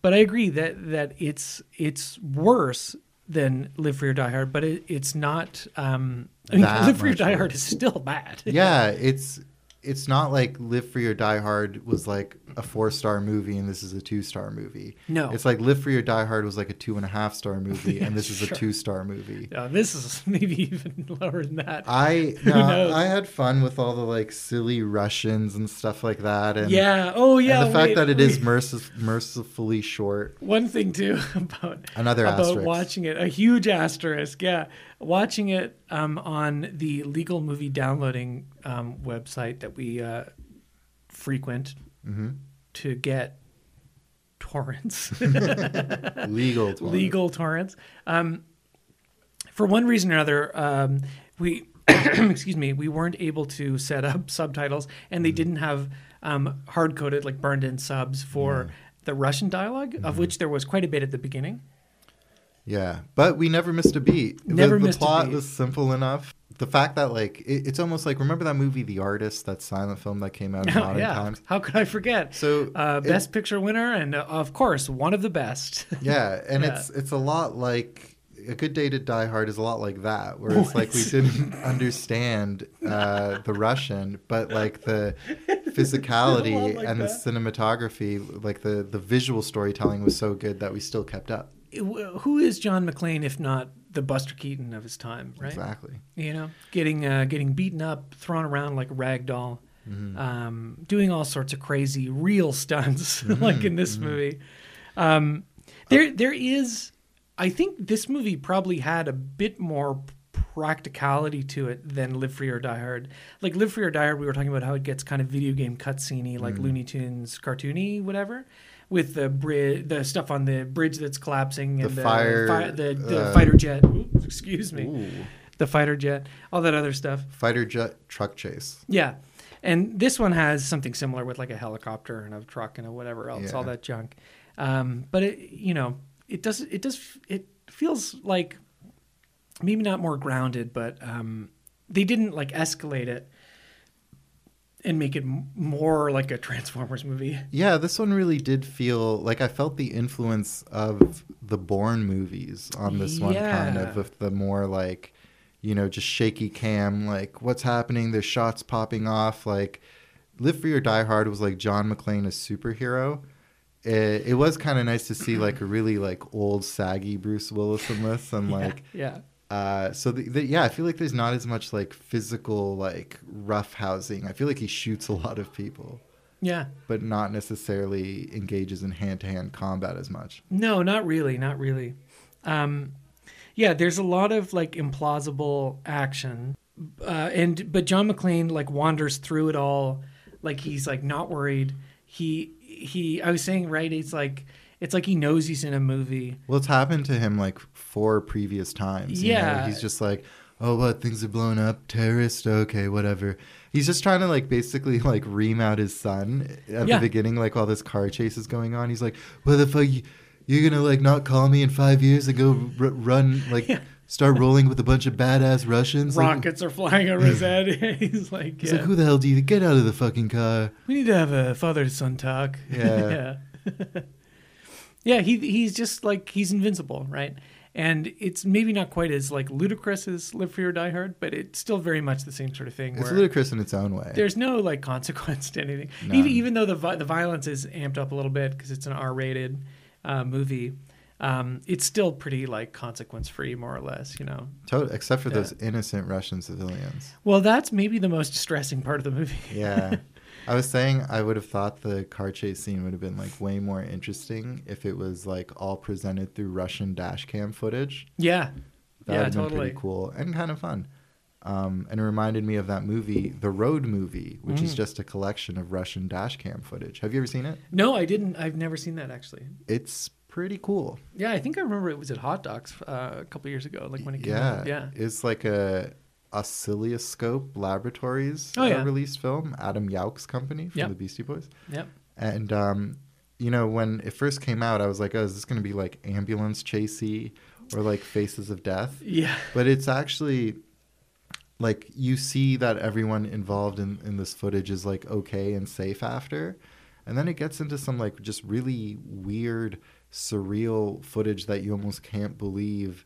C: but I agree that that it's it's worse than Live Free or Die Hard, but it, it's not. Um, I mean,
B: That
C: Live Free or
B: much
C: Die
B: worse.
C: Hard is still bad.
B: Yeah, it's it's not like Live Free or Die Hard was like a four star movie and this is a two star movie.
C: No.
B: It's like Live Free or Die Hard was like a two and a half star movie and this is
C: Sure.
B: a two star movie.
C: Uh, this is maybe even lower than that.
B: I
C: Who
B: no,
C: knows?
B: I had fun with all the like silly Russians and stuff like that and
C: yeah. Oh,
B: and
C: yeah.
B: the fact
C: wait,
B: that it is
C: wait.
B: mercif- mercifully short.
C: One thing too about
B: Another
C: about
B: asterisk.
C: watching it, a huge asterisk. Yeah, watching it um, on the legal movie downloading um, website that we uh, frequent
B: Mm-hmm.
C: to get torrents,
B: Legal. to-
C: legal torrents. Um, for one reason or another, um, we excuse me, we weren't able to set up subtitles, and they
B: Mm-hmm.
C: didn't have um, hard coded like burned in subs
B: Mm.
C: for. The Russian dialog
B: Mm-hmm.
C: of which there was quite a bit at the beginning.
B: Yeah, but we never missed a beat. The-
C: Never
B: the,
C: missed a
B: plot
C: beat.
B: was simple enough. The fact that like it, it's almost like remember that movie The Artist, that silent film that came out in modern
C: Oh, yeah.
B: times.
C: How could I forget?
B: So,
C: uh,
B: it-
C: best picture winner, and uh, of course, one of the best.
B: Yeah, and
C: Yeah.
B: it's it's a lot like a good day to die hard is a lot like that, where it's like we didn't understand uh, the Russian, but like the physicality
C: like
B: and the
C: that.
B: cinematography, like the the visual storytelling was so good that we still kept up.
C: Who is John McClane if not the Buster Keaton of his time, right?
B: Exactly.
C: You know, getting uh, getting beaten up, thrown around like a rag doll, um, doing all sorts of crazy real stunts, like in this movie. Um, there, there is. I think this movie probably had a bit more practicality to it than Live Free or Die Hard. Like Live Free or Die Hard, we were talking about how it gets kind of video game cutscene like
B: Mm.
C: Looney Tunes cartoony, whatever. With the bridge, the stuff on the bridge that's collapsing, and
B: The
C: the
B: fire,
C: fi- the, the
B: uh,
C: fighter jet. Oops, excuse me
B: Ooh.
C: the fighter jet, all that other stuff.
B: Fighter jet truck chase.
C: Yeah. And this one has something similar with like a helicopter and a truck and a whatever else, all
B: Yeah.
C: that junk. Um, but it, you know, it does, it does, it feels like maybe not more grounded, but um, they didn't like escalate it and make it m- more like a Transformers movie.
B: Yeah, this one really did feel like I felt the influence of the Bourne movies on this one, kind
C: Yeah.
B: of, with the more like, you know, just shaky cam, like what's happening, there's shots popping off. Like, Live Free or Die Hard was like John McClane, a superhero. It, it was kind of nice to see like a really like old saggy Bruce Willis in this, and like
C: yeah.
B: uh, so the, the, yeah, I feel like there's not as much like physical like rough housing. I feel like he shoots a lot of people
C: Yeah.
B: but not necessarily engages in hand-to-hand combat as much.
C: No, not really, not really. Um, yeah, there's a lot of like implausible action, uh, and but John McClane like wanders through it all, like he's like not worried. He he, I was saying right, it's like it's like he knows he's in a movie.
B: Well, it's happened to him like four previous times. you know?
C: Yeah.
B: he's just like, oh, what things are blown up, terrorist, okay, whatever. He's just trying to like basically like ream out his son at
C: Yeah.
B: the beginning, like while this car chase is going on. He's like, what the fuck? You, you're gonna like not call me in five years and go r- run like
C: Yeah.
B: start rolling with a bunch of badass Russians? Like,
C: Rockets are flying over his head. he's like,
B: He's
C: yeah,
B: like, who the hell do you get out of the fucking car?
C: we need to have a father son talk.
B: Yeah.
C: yeah. Yeah, he he's just like he's invincible, right? And it's maybe not quite as like ludicrous as Live Free or Die Hard, but it's still very much the same sort of thing.
B: It's
C: Where
B: ludicrous in its own way.
C: there's no like consequence to anything,
B: None.
C: even even though the vi- the violence is amped up a little bit because it's an R-rated uh, movie. Um, it's still pretty like consequence-free, more or less, you know.
B: To- except for
C: Yeah.
B: those innocent Russian civilians.
C: Well, that's maybe the most distressing part of the movie.
B: Yeah. I was saying I would have thought the car chase scene would have been like way more interesting if it was like all presented through Russian dash cam footage.
C: yeah,
B: That would
C: yeah,
B: have been
C: totally.
B: pretty cool and kind of fun. Um, and it reminded me of that movie, The Road Movie, which
C: Mm.
B: is just a collection of Russian dash cam footage. Have you ever seen it?
C: No, I didn't. I've never seen that actually.
B: It's pretty cool.
C: Yeah, I think I remember it was at Hot Docs uh, a couple years ago, like when it came
B: yeah.
C: out. Yeah,
B: It's like a Oscilloscope Laboratories
C: Oh,
B: uh,
C: yeah.
B: released film, Adam Yauch's company from
C: Yep.
B: the Beastie Boys.
C: yep.
B: And um, you know, when it first came out, I was like, "Oh, is this going to be like ambulance chasey or like Faces of Death?"
C: Yeah.
B: But it's actually like you see that everyone involved in in this footage is like okay and safe after, and then it gets into some like just really weird, surreal footage that you almost can't believe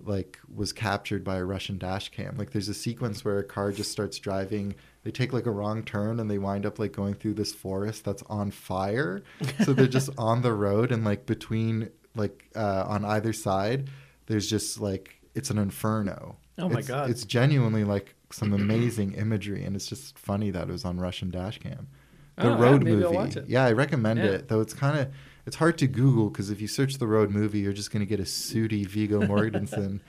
B: like was captured by a Russian dash cam. Like there's a sequence where a car just starts driving. They take like a wrong turn and they wind up like going through this forest that's on fire. So they're just on the road and like between like uh, on either side, there's just like it's an inferno.
C: Oh my
B: It's-
C: God.
B: It's genuinely like some amazing imagery and it's just funny that it was on Russian dash cam. The
C: Oh, yeah,
B: road
C: maybe
B: movie.
C: I'll watch it.
B: Yeah, I recommend
C: Yeah.
B: it. Though it's kind of it's hard to Google because if you search the road movie, you're just going to get a sooty Vigo Mortensen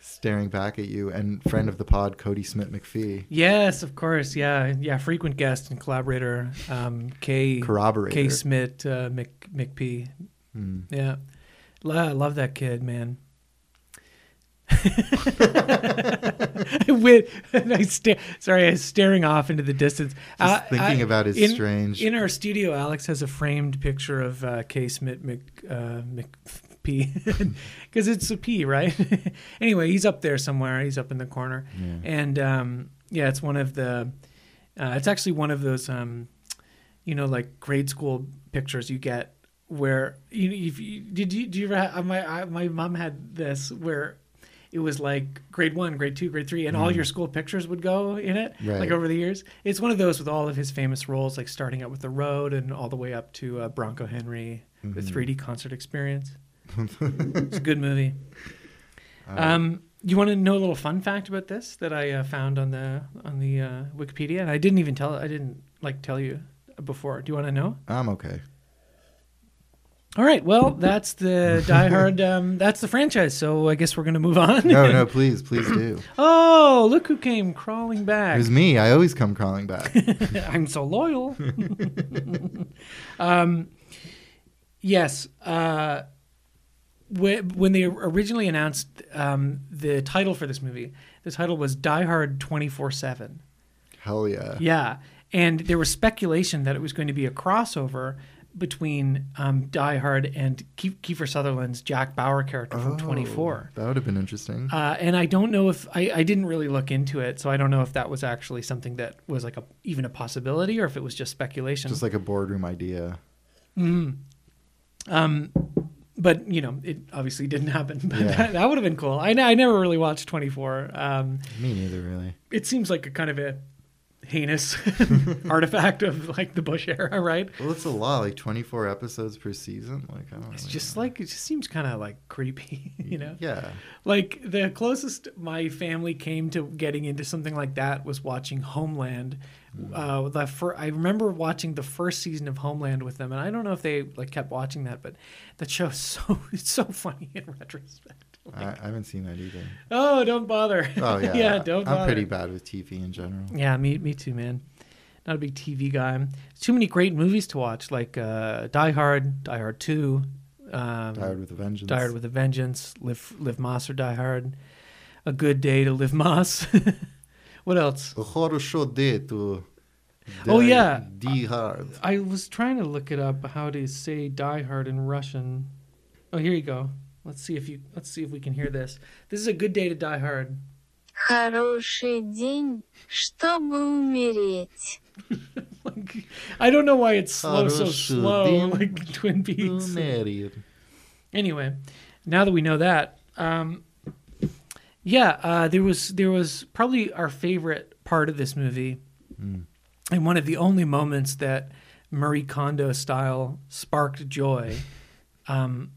B: staring back at you and friend of the pod Cody Smith McPhee.
C: Yes, of course. Yeah, yeah. Frequent guest and collaborator, um, K.
B: Corroborator.
C: K. Smith uh, Mc McP.
B: Mm.
C: Yeah, La, love that kid, man. I went, and I sta- sorry, I was staring off into the distance.
B: Just thinking about his
C: Uh, in-
B: strange-
C: In our studio, Alex has a framed picture of uh, K. Smith Mc, uh, McP, because it's a P, right? anyway, he's up there somewhere. He's up in the corner, and um, yeah, it's one of the. Uh, it's actually one of those, um, you know, like grade school pictures you get where you, if you did you do you ever have, my I, my mom had this where it was like grade one, grade two, grade three, and all your school pictures would go in it like
B: Right.
C: over the years. It's one of those with all of his famous roles, like starting out with The Road and all the way up to uh, Bronco Henry,
B: Mm-hmm.
C: the 3D concert experience. it's a good movie.
B: Uh,
C: Um, you want to know a little fun fact about this that I uh, found on the on the uh, Wikipedia, and I didn't even tell I didn't like tell you before. Do you want to know?
B: I'm okay.
C: All right. Well, that's the Die Hard. Um, that's the franchise. So I guess we're gonna move on.
B: No, no, please, please do.
C: oh, look who came crawling
B: It
C: back.
B: was me. I always come crawling back.
C: I'm so loyal. um, yes. Uh, wh- when they originally announced um, the title for this movie, the title was Die Hard 24 7.
B: Hell yeah.
C: Yeah. And there was speculation that it was going to be a crossover between um, Die Hard and Ke- Kiefer Sutherland's Jack Bauer character from 24.
B: That would have been interesting.
C: Uh, and I don't know if I, I didn't really look into it, so I don't know if that was actually something that was like a even a possibility or if it was just speculation.
B: Just like a boardroom idea.
C: but you know, it obviously didn't happen. But
B: Yeah.
C: that, that would have been cool. I, I never really watched 24. Um,
B: Me neither, really.
C: it seems like a kind of a heinous artifact of like the Bush era, right?
B: Well, it's a lot, like 24 episodes per season. Like, I don't
C: It's
B: really
C: just like it just seems kind of like creepy, you know.
B: Yeah.
C: Like the closest my family came to getting into something like that was watching Homeland. Uh, the fir- I remember watching the first season of Homeland with them, and I don't know if they like kept watching that, but that show is so it's so funny in retrospect.
B: I, I haven't seen that either.
C: Oh, don't bother.
B: Oh, yeah.
C: yeah, don't
B: I'm
C: bother. Mm.
B: pretty bad with TV in general.
C: Yeah, me me too, man. Not a big TV guy. Too many great movies to watch, like uh, Die Hard, Die Hard Two, um,
B: Tired with a vengeance.
C: Die Hard with a Vengeance, Live Live Moss or Die Hard, A Good Day to Live Moss. what else?
B: The хорошо day to.
C: Oh, yeah.
B: D hard.
C: I was trying to look it up how to say Die Hard in Russian. Oh, here you go. Let's see if you let's see if we can hear this. This is a good day to Die Hard.
D: Хороший день, чтобы умереть.
C: Like, I don't know why it's slow, so
B: Хорошо,
C: slow,
B: then-
C: like Twin Peaks.
B: Lunaria.
C: Anyway, now that we know that, um, yeah, uh, there was there was probably our favorite part of this movie,
B: Mm.
C: and one of the only moments that Murray Kondo style sparked joy. Um,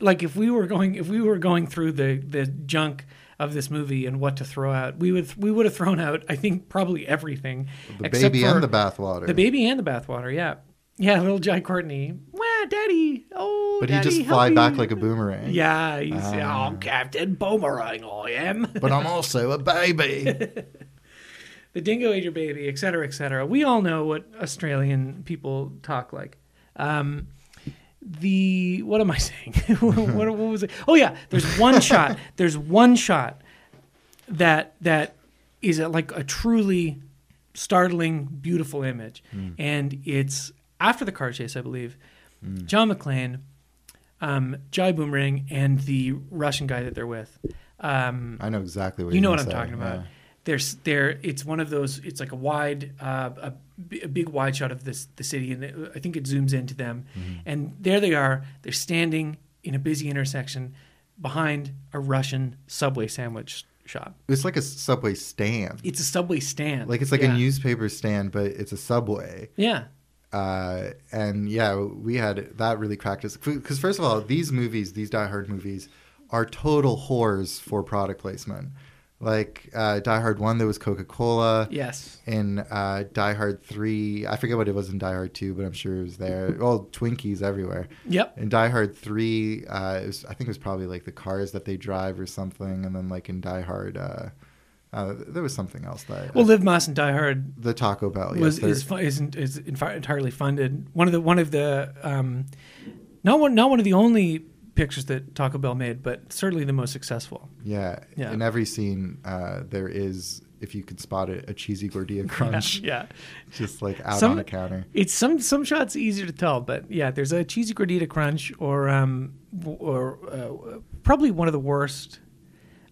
C: like if we were going if we were going through the the junk of this movie and what to throw out, we would we would have thrown out I think probably everything.
B: The
C: except
B: baby
C: for-
B: and the bathwater.
C: the baby and the bathwater, yeah. Yeah, little Jai Courtney. Wah, daddy. Oh,
B: But he just
C: daddy,
B: fly
C: help
B: back
C: me."
B: like a boomerang.
C: Yeah, he's oh, Captain Boomerang, I am.
B: But I'm also a baby.
C: the dingo ate your baby, et cetera, et cetera. We all know what Australian people talk like. Um, the what am I saying? what, what was it? Oh yeah, there's one shot. There's one shot that that is a, like a truly startling, beautiful image, and it's after the car chase, I believe. John McClane, um, Jai Boomerang, and the Russian guy that they're with. Um,
B: I know exactly what
C: you
B: you're
C: know what
B: gonna
C: I'm
B: say,
C: talking about.
B: yeah.
C: There's there. It's one of those. It's like a wide, uh, a, b- a big wide shot of this the city, and it-
B: Mm-hmm.
C: I think it zooms into them. And there they are. They're standing in a busy intersection. behind a Russian subway sandwich shop.
B: It's like a subway stand.
C: It's a subway stand.
B: Like it's like
C: yeah.
B: a newspaper stand, but it's a subway.
C: Yeah.
B: uh, and yeah, we had that really cracked us because first of all, these movies, these Die Hard movies, are total whores for product placement. Like uh, Die Hard One, there was Coca Cola.
C: Yes.
B: In uh, Die Hard Three, I forget what it was in Die Hard Two, but I'm sure it was there. Well, Twinkies everywhere.
C: Yep.
B: In Die Hard Three, uh, it was, I think it was probably like the cars that they drive or something, and then like in Die Hard, uh, uh, there was something else that uh,
C: Well, Live Moss and Die Hard
B: the Taco Bell yes,
C: was
B: there-
C: is, fu- is is enfi- entirely funded. One of the one of the um, not one not one of the only pictures that Taco Bell made, but certainly the most successful.
B: Yeah.
C: Yeah.
B: In every scene, uh, there is, if you can spot it, a cheesy gordita crunch
C: Yeah,
B: just like out
C: Some-
B: on a counter.
C: it's some some shots easier to tell, but yeah, there's a cheesy gordita crunch or um w- or uh, probably one of the worst.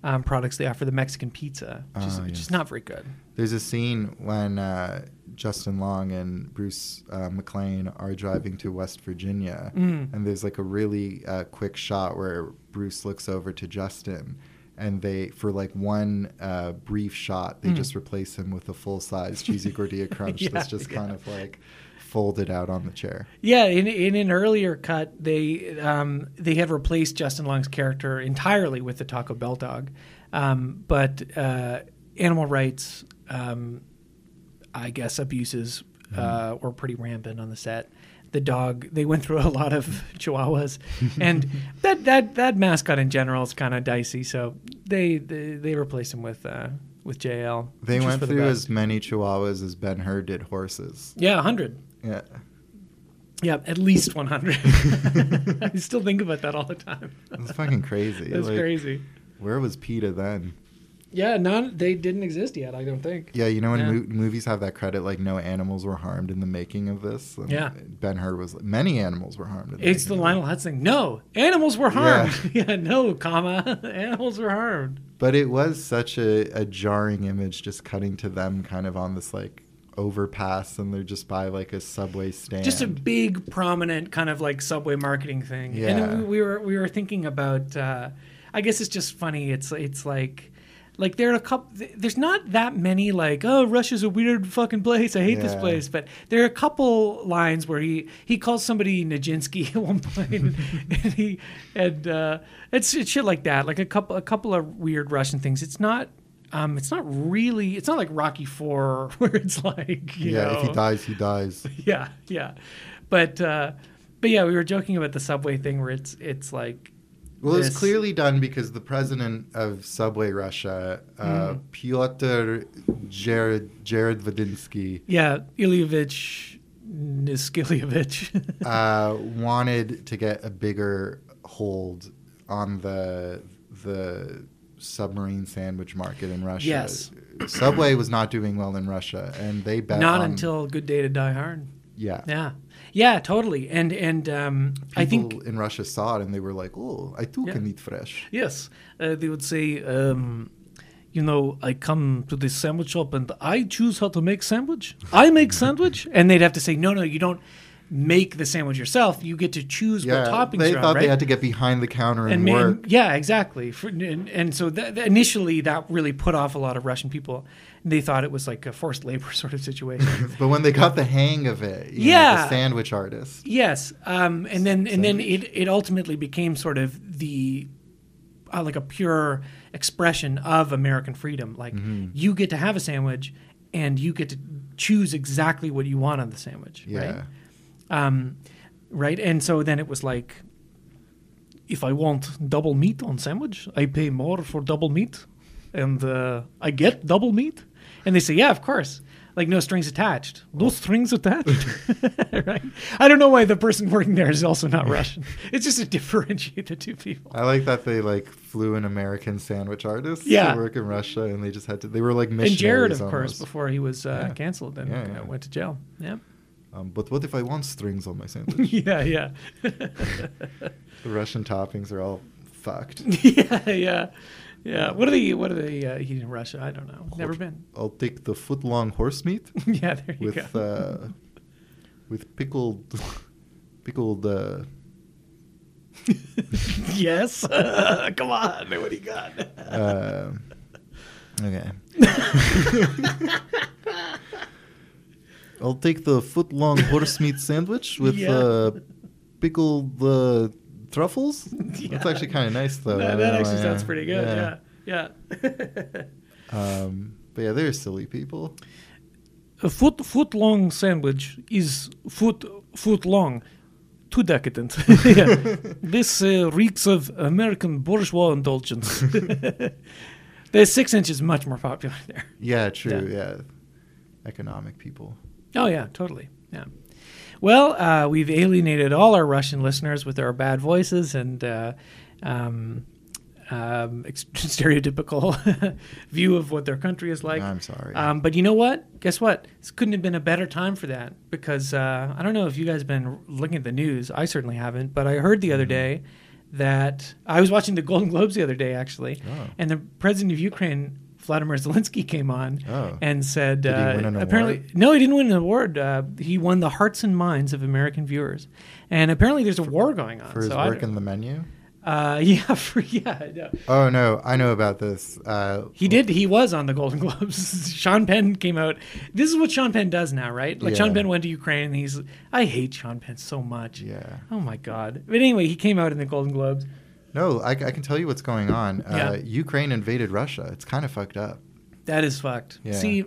C: Um, products they offer the Mexican pizza, which, is,
B: Ah,
C: which
B: yes.
C: is not very good.
B: There's a scene when uh, Justin Long and Bruce uh, McLean are driving to West Virginia,
C: Mm.
B: and there's like a really uh, quick shot where Bruce looks over to Justin, and they, for like one uh, brief shot, they just replace him with a full size cheesy gordita crunch
C: Mm. Yeah,
B: that's just kind of like folded out on the chair.
C: Yeah, in in an earlier cut, they um, they have replaced Justin Long's character entirely with the Taco Bell dog, um, but uh, animal rights, um, I guess, abuses
B: Mm-hmm.
C: uh, were pretty rampant on the set. The dog they went through a lot of Chihuahuas, and that that that mascot in general is kind of dicey. So they they, they replaced him with uh, with JL.
B: They
C: which was
B: went
C: for the
B: through
C: best.
B: as many chihuahuas as Ben Hur did horses.
C: yeah, hundred.
B: Yeah.
C: Yeah, at least 100. I still think about that all the time.
B: That's fucking crazy.
C: That's
B: Like,
C: crazy.
B: Where was PETA then?
C: Yeah, none. They didn't exist yet. I don't think.
B: Yeah, you know when
C: Yeah.
B: mo- movies have that credit, like no animals were harmed in the making of this. And
C: Yeah.
B: Ben Hur was many animals were harmed. In the
C: It's the
B: making of
C: Lionel Hutz thing. No, animals were
B: Yeah.
C: harmed. Yeah, no, comma, animals were harmed.
B: it. But it was such a, a jarring image, just cutting to them kind of on this like overpass, and they're just by like a subway stand.
C: Just a big, prominent kind of like subway marketing thing. And
B: Yeah.
C: then we, we were we were thinking about. Uh, I guess it's just funny. It's it's like. Like there are a couple. There's not that many. Like, oh, Russia's a weird fucking place. I hate this
B: Yeah.
C: place. But there are a couple lines where he he calls somebody Nijinsky at one point, and, and he and uh, it's it's shit like that. Like a couple a couple of weird Russian things. It's not. Um, it's not really. It's not like Rocky Four, where it's like you
B: yeah,
C: know,
B: if he dies, he dies.
C: yeah, yeah. But uh, but yeah, we were joking about the subway thing where it's it's like
B: Well, it was
C: this-
B: clearly done because the president of Subway Russia, uh,
C: Mm-hmm.
B: Pyotr Jared, Jared Vadinsky,
C: yeah, Ilyevich Niskilievich.
B: uh, wanted to get a bigger hold on the the submarine sandwich market in Russia.
C: Yes.
B: Subway was not doing well in Russia, and they bet
C: Not
B: on-
C: until Good Day to Die Hard.
B: Um, yeah.
C: Yeah. Yeah, totally. And and um, I think
B: People in Russia saw it and they were like, "Oh, I too can eat fresh."
C: Yes, uh, they would say, um, you know, I come to this sandwich shop and I choose how to make sandwich. I make sandwich, and they'd have to say, no, no, you don't make the sandwich yourself. You get to choose what
B: Yeah,
C: toppings
B: they
C: you're
B: thought they
C: on, right?
B: had to get behind the counter and,
C: and, ma-
B: work.
C: and- yeah, exactly. For, and, and so that, that initially, that really put off a lot of Russian people. They thought it was like a forced labor sort of situation.
B: but when they got the hang of it, you know,
C: Yeah.
B: the sandwich artist.
C: yes, um, and then and then it it ultimately became sort of the uh, like a pure expression of American freedom. Like
B: Mm-hmm.
C: you get to have a sandwich, and you get to choose exactly what you want on the sandwich.
B: Yeah.
C: Right? Um, right. And so then it was like, if I want double meat on sandwich, I pay more for double meat, and uh, I get double meat. And they say, yeah, of course. Like no strings attached.
B: Oh.
C: No strings attached. right? I don't know why the person working there is also not Russian. It's just to differentiate the two people.
B: I like that they like flew an American sandwich artist
C: Yeah.
B: to work in Russia, and they just had to. They were like missionaries.
C: and Jared, of course,
B: almost.
C: before he was uh, canceled and
B: Yeah, yeah.
C: uh, went to jail. Yeah,
B: Um, but what if I want strings on my sandwich?
C: yeah, yeah,
B: the Russian toppings are all fucked.
C: yeah, yeah, yeah. What are they? What are they uh, eating in Russia? I don't know. Never been.
B: I'll take the foot long horse meat
C: yeah, there you
B: with
C: go.
B: uh, with pickled pickled uh,
C: yes. Come on. What do you got?
B: Uh, Okay. I'll take the foot long horse meat sandwich with
C: Yeah.
B: uh, pickled uh, truffles. That's actually kind of nice, though. I
C: That,
B: don't
C: that
B: know,
C: actually
B: yeah.
C: sounds pretty good. Yeah. Yeah.
B: Um, but yeah, they're silly people.
C: A foot foot long sandwich is foot foot long. Too decadent. Yeah. this uh, reeks of American bourgeois indulgence. the six inch is much more popular there.
B: Yeah, true. Yeah. Economic people.
C: Oh yeah, totally. Yeah. Well, uh, we've alienated all our Russian listeners with our bad voices and uh, um, um, ex- stereotypical view of what their country is like.
B: I'm sorry.
C: Um, but you know what? Guess what? This couldn't have been a better time for that because uh, I don't know if you guys been looking at the news. I certainly haven't, but I heard the other
B: Mm-hmm.
C: day that I was watching the Golden Globes the other day actually,
B: Oh.
C: and the president of Ukraine. Vladimir Zelensky came on
B: Oh.
C: and said,
B: he
C: uh,
B: win an
C: apparently,
B: award?
C: no, he didn't win an award. Uh, he won the hearts and minds of American viewers, and apparently there's a war going on.
B: For his
C: so I
B: work
C: don't-
B: in the menu?
C: uh, yeah, for, yeah. No.
B: Oh, no. I know about this. Uh,
C: He did. He was on the Golden Globes. Sean Penn came out. This is what Sean Penn does now, right? Like Sean
B: Yeah.
C: Penn went to Ukraine, and he's. I hate Sean Penn so much.
B: Yeah.
C: Oh my god. But anyway, he came out in the Golden Globes.
B: No, I, I can tell you what's going on. Uh,
C: Yeah.
B: Ukraine invaded Russia. It's kind of fucked up.
C: That is fucked.
B: Yeah.
C: See,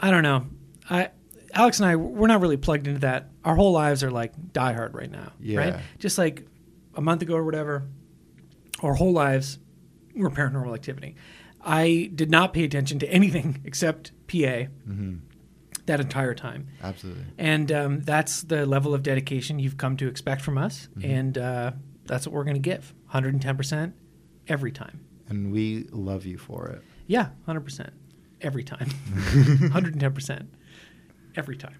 C: I don't know. I Alex and I we're not really plugged into that. Our whole lives are like diehard right now.
B: Yeah.
C: Right? Just like a month ago or whatever, our whole lives were paranormal activity. I did not pay attention to anything except PA
B: Mm-hmm.
C: that entire time.
B: Absolutely.
C: And um, that's the level of dedication you've come to expect from us.
B: Mm-hmm.
C: And uh, that's what we're going to give 110% every time.
B: And we love you for it.
C: Yeah, 100%. Every time. 110%. Every time.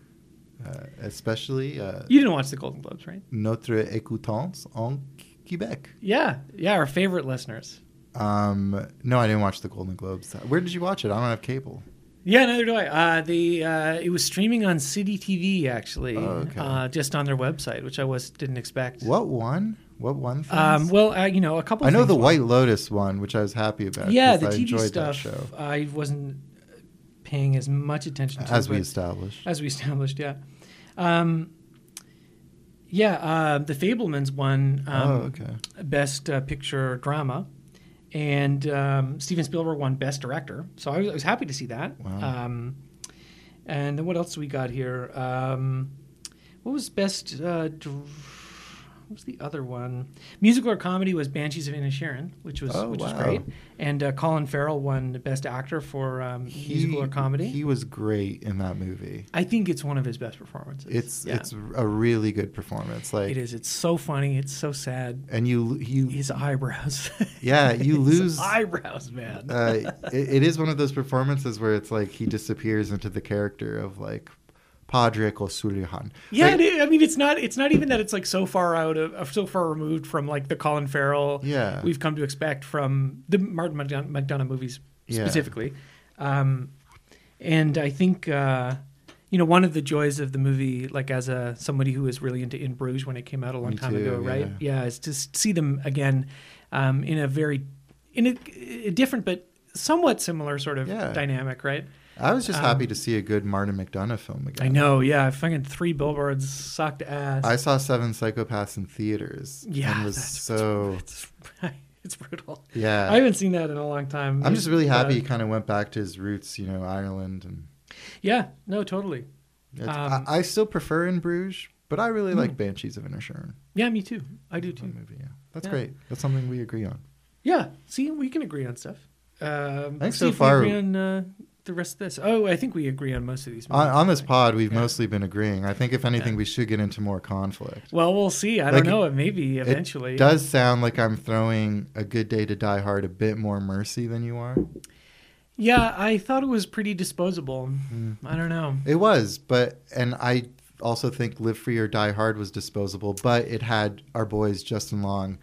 B: Uh, especially uh,
C: You didn't watch the Golden Globes, right?
B: notre écoutance en Quebec.
C: Yeah. Yeah, our favorite listeners.
B: Um, no, I didn't watch the Golden Globes. Where did you watch it? I don't have cable.
C: Yeah, neither do I. Uh, the uh, it was streaming on City TV actually,
B: Oh, okay.
C: uh, just on their website, which I was didn't expect.
B: What one? What one? Things?
C: Um, well, uh, you know, a couple.
B: I know
C: things
B: the
C: were-
B: White Lotus one, which I was happy about.
C: Yeah,
B: 'cause
C: the
B: I
C: TV
B: enjoyed
C: stuff.
B: that show,
C: I wasn't paying as much attention to
B: as we
C: but-
B: established.
C: as we established. Yeah, um, yeah. Uh, the Fablemans won um,
B: oh, okay.
C: best uh, picture drama, and um, Steven Spielberg won best director. So I was, I was happy to see that.
B: Wow.
C: Um, and then what else we got here? Um, what was best? Uh, dr- what was the other one? Musical or comedy was Banshees of Inisherin, which was
B: Oh,
C: which was
B: wow.
C: great. And uh, Colin Farrell won best actor for um, musical or comedy.
B: He was great in that movie.
C: I think it's one of his best performances.
B: It's
C: Yeah.
B: it's a really good performance. Like
C: it is. It's so funny. It's so sad.
B: and you you
C: His eyebrows.
B: yeah you
C: His
B: lose.
C: eyebrows, man.
B: uh, it, it is one of those performances where it's like he disappears into the character of like Padre Kosulihan.
C: Yeah,
B: Like,
C: it, I mean, it's not. It's not even that it's like so far out of, of so far removed from like the Colin Farrell.
B: Yeah.
C: we've come to expect from the Martin McDonough, McDonough movies
B: Yeah.
C: specifically, um, and I think uh, you know one of the joys of the movie, like as a somebody who was really into In Bruges when it came out a long
B: Me
C: time
B: too,
C: ago, right? Yeah. is to s- see them again um, in a very in a, a different but somewhat similar sort of
B: Yeah.
C: dynamic, right?
B: I was just happy to see a good Martin McDonough film again.
C: Um, I know. Yeah, fucking three billboards sucked ass.
B: I saw Seven Psychopaths in theaters.
C: Yeah,
B: and was
C: that's-
B: so
C: It's, it's brutal.
B: yeah.
C: I haven't seen that in a long time.
B: I'm just really happy he
C: Uh,
B: kind of went back to his roots, you know, Ireland, and
C: yeah, no, totally.
B: it's,
C: Um, Hmm.
B: I, I still prefer In Bruges, but I really like Banshees of Inisherin.
C: Yeah, me too. I do
B: That
C: too.
B: movie, yeah, that's
C: Hmm. Yeah.
B: great. That's something we agree on.
C: Yeah, see, we can agree on stuff. Um,
B: think
C: see
B: so
C: if we
B: far-
C: agree on uh, the rest of this. Oh, I think we agree on most of these.
B: On,
C: movies.
B: on this pod, we've
C: Yeah.
B: mostly been agreeing. I think if anything, we should get into more conflict.
C: Well, we'll see. I
B: Like,
C: don't know. Maybe eventually.
B: It does sound like I'm throwing a good day to die hard a bit more mercy than you are.
C: Yeah, I thought it was pretty disposable.
B: Mm-hmm.
C: I don't know.
B: It was, but and I also think Live Free or Die Hard was disposable, but it had our boys Justin Long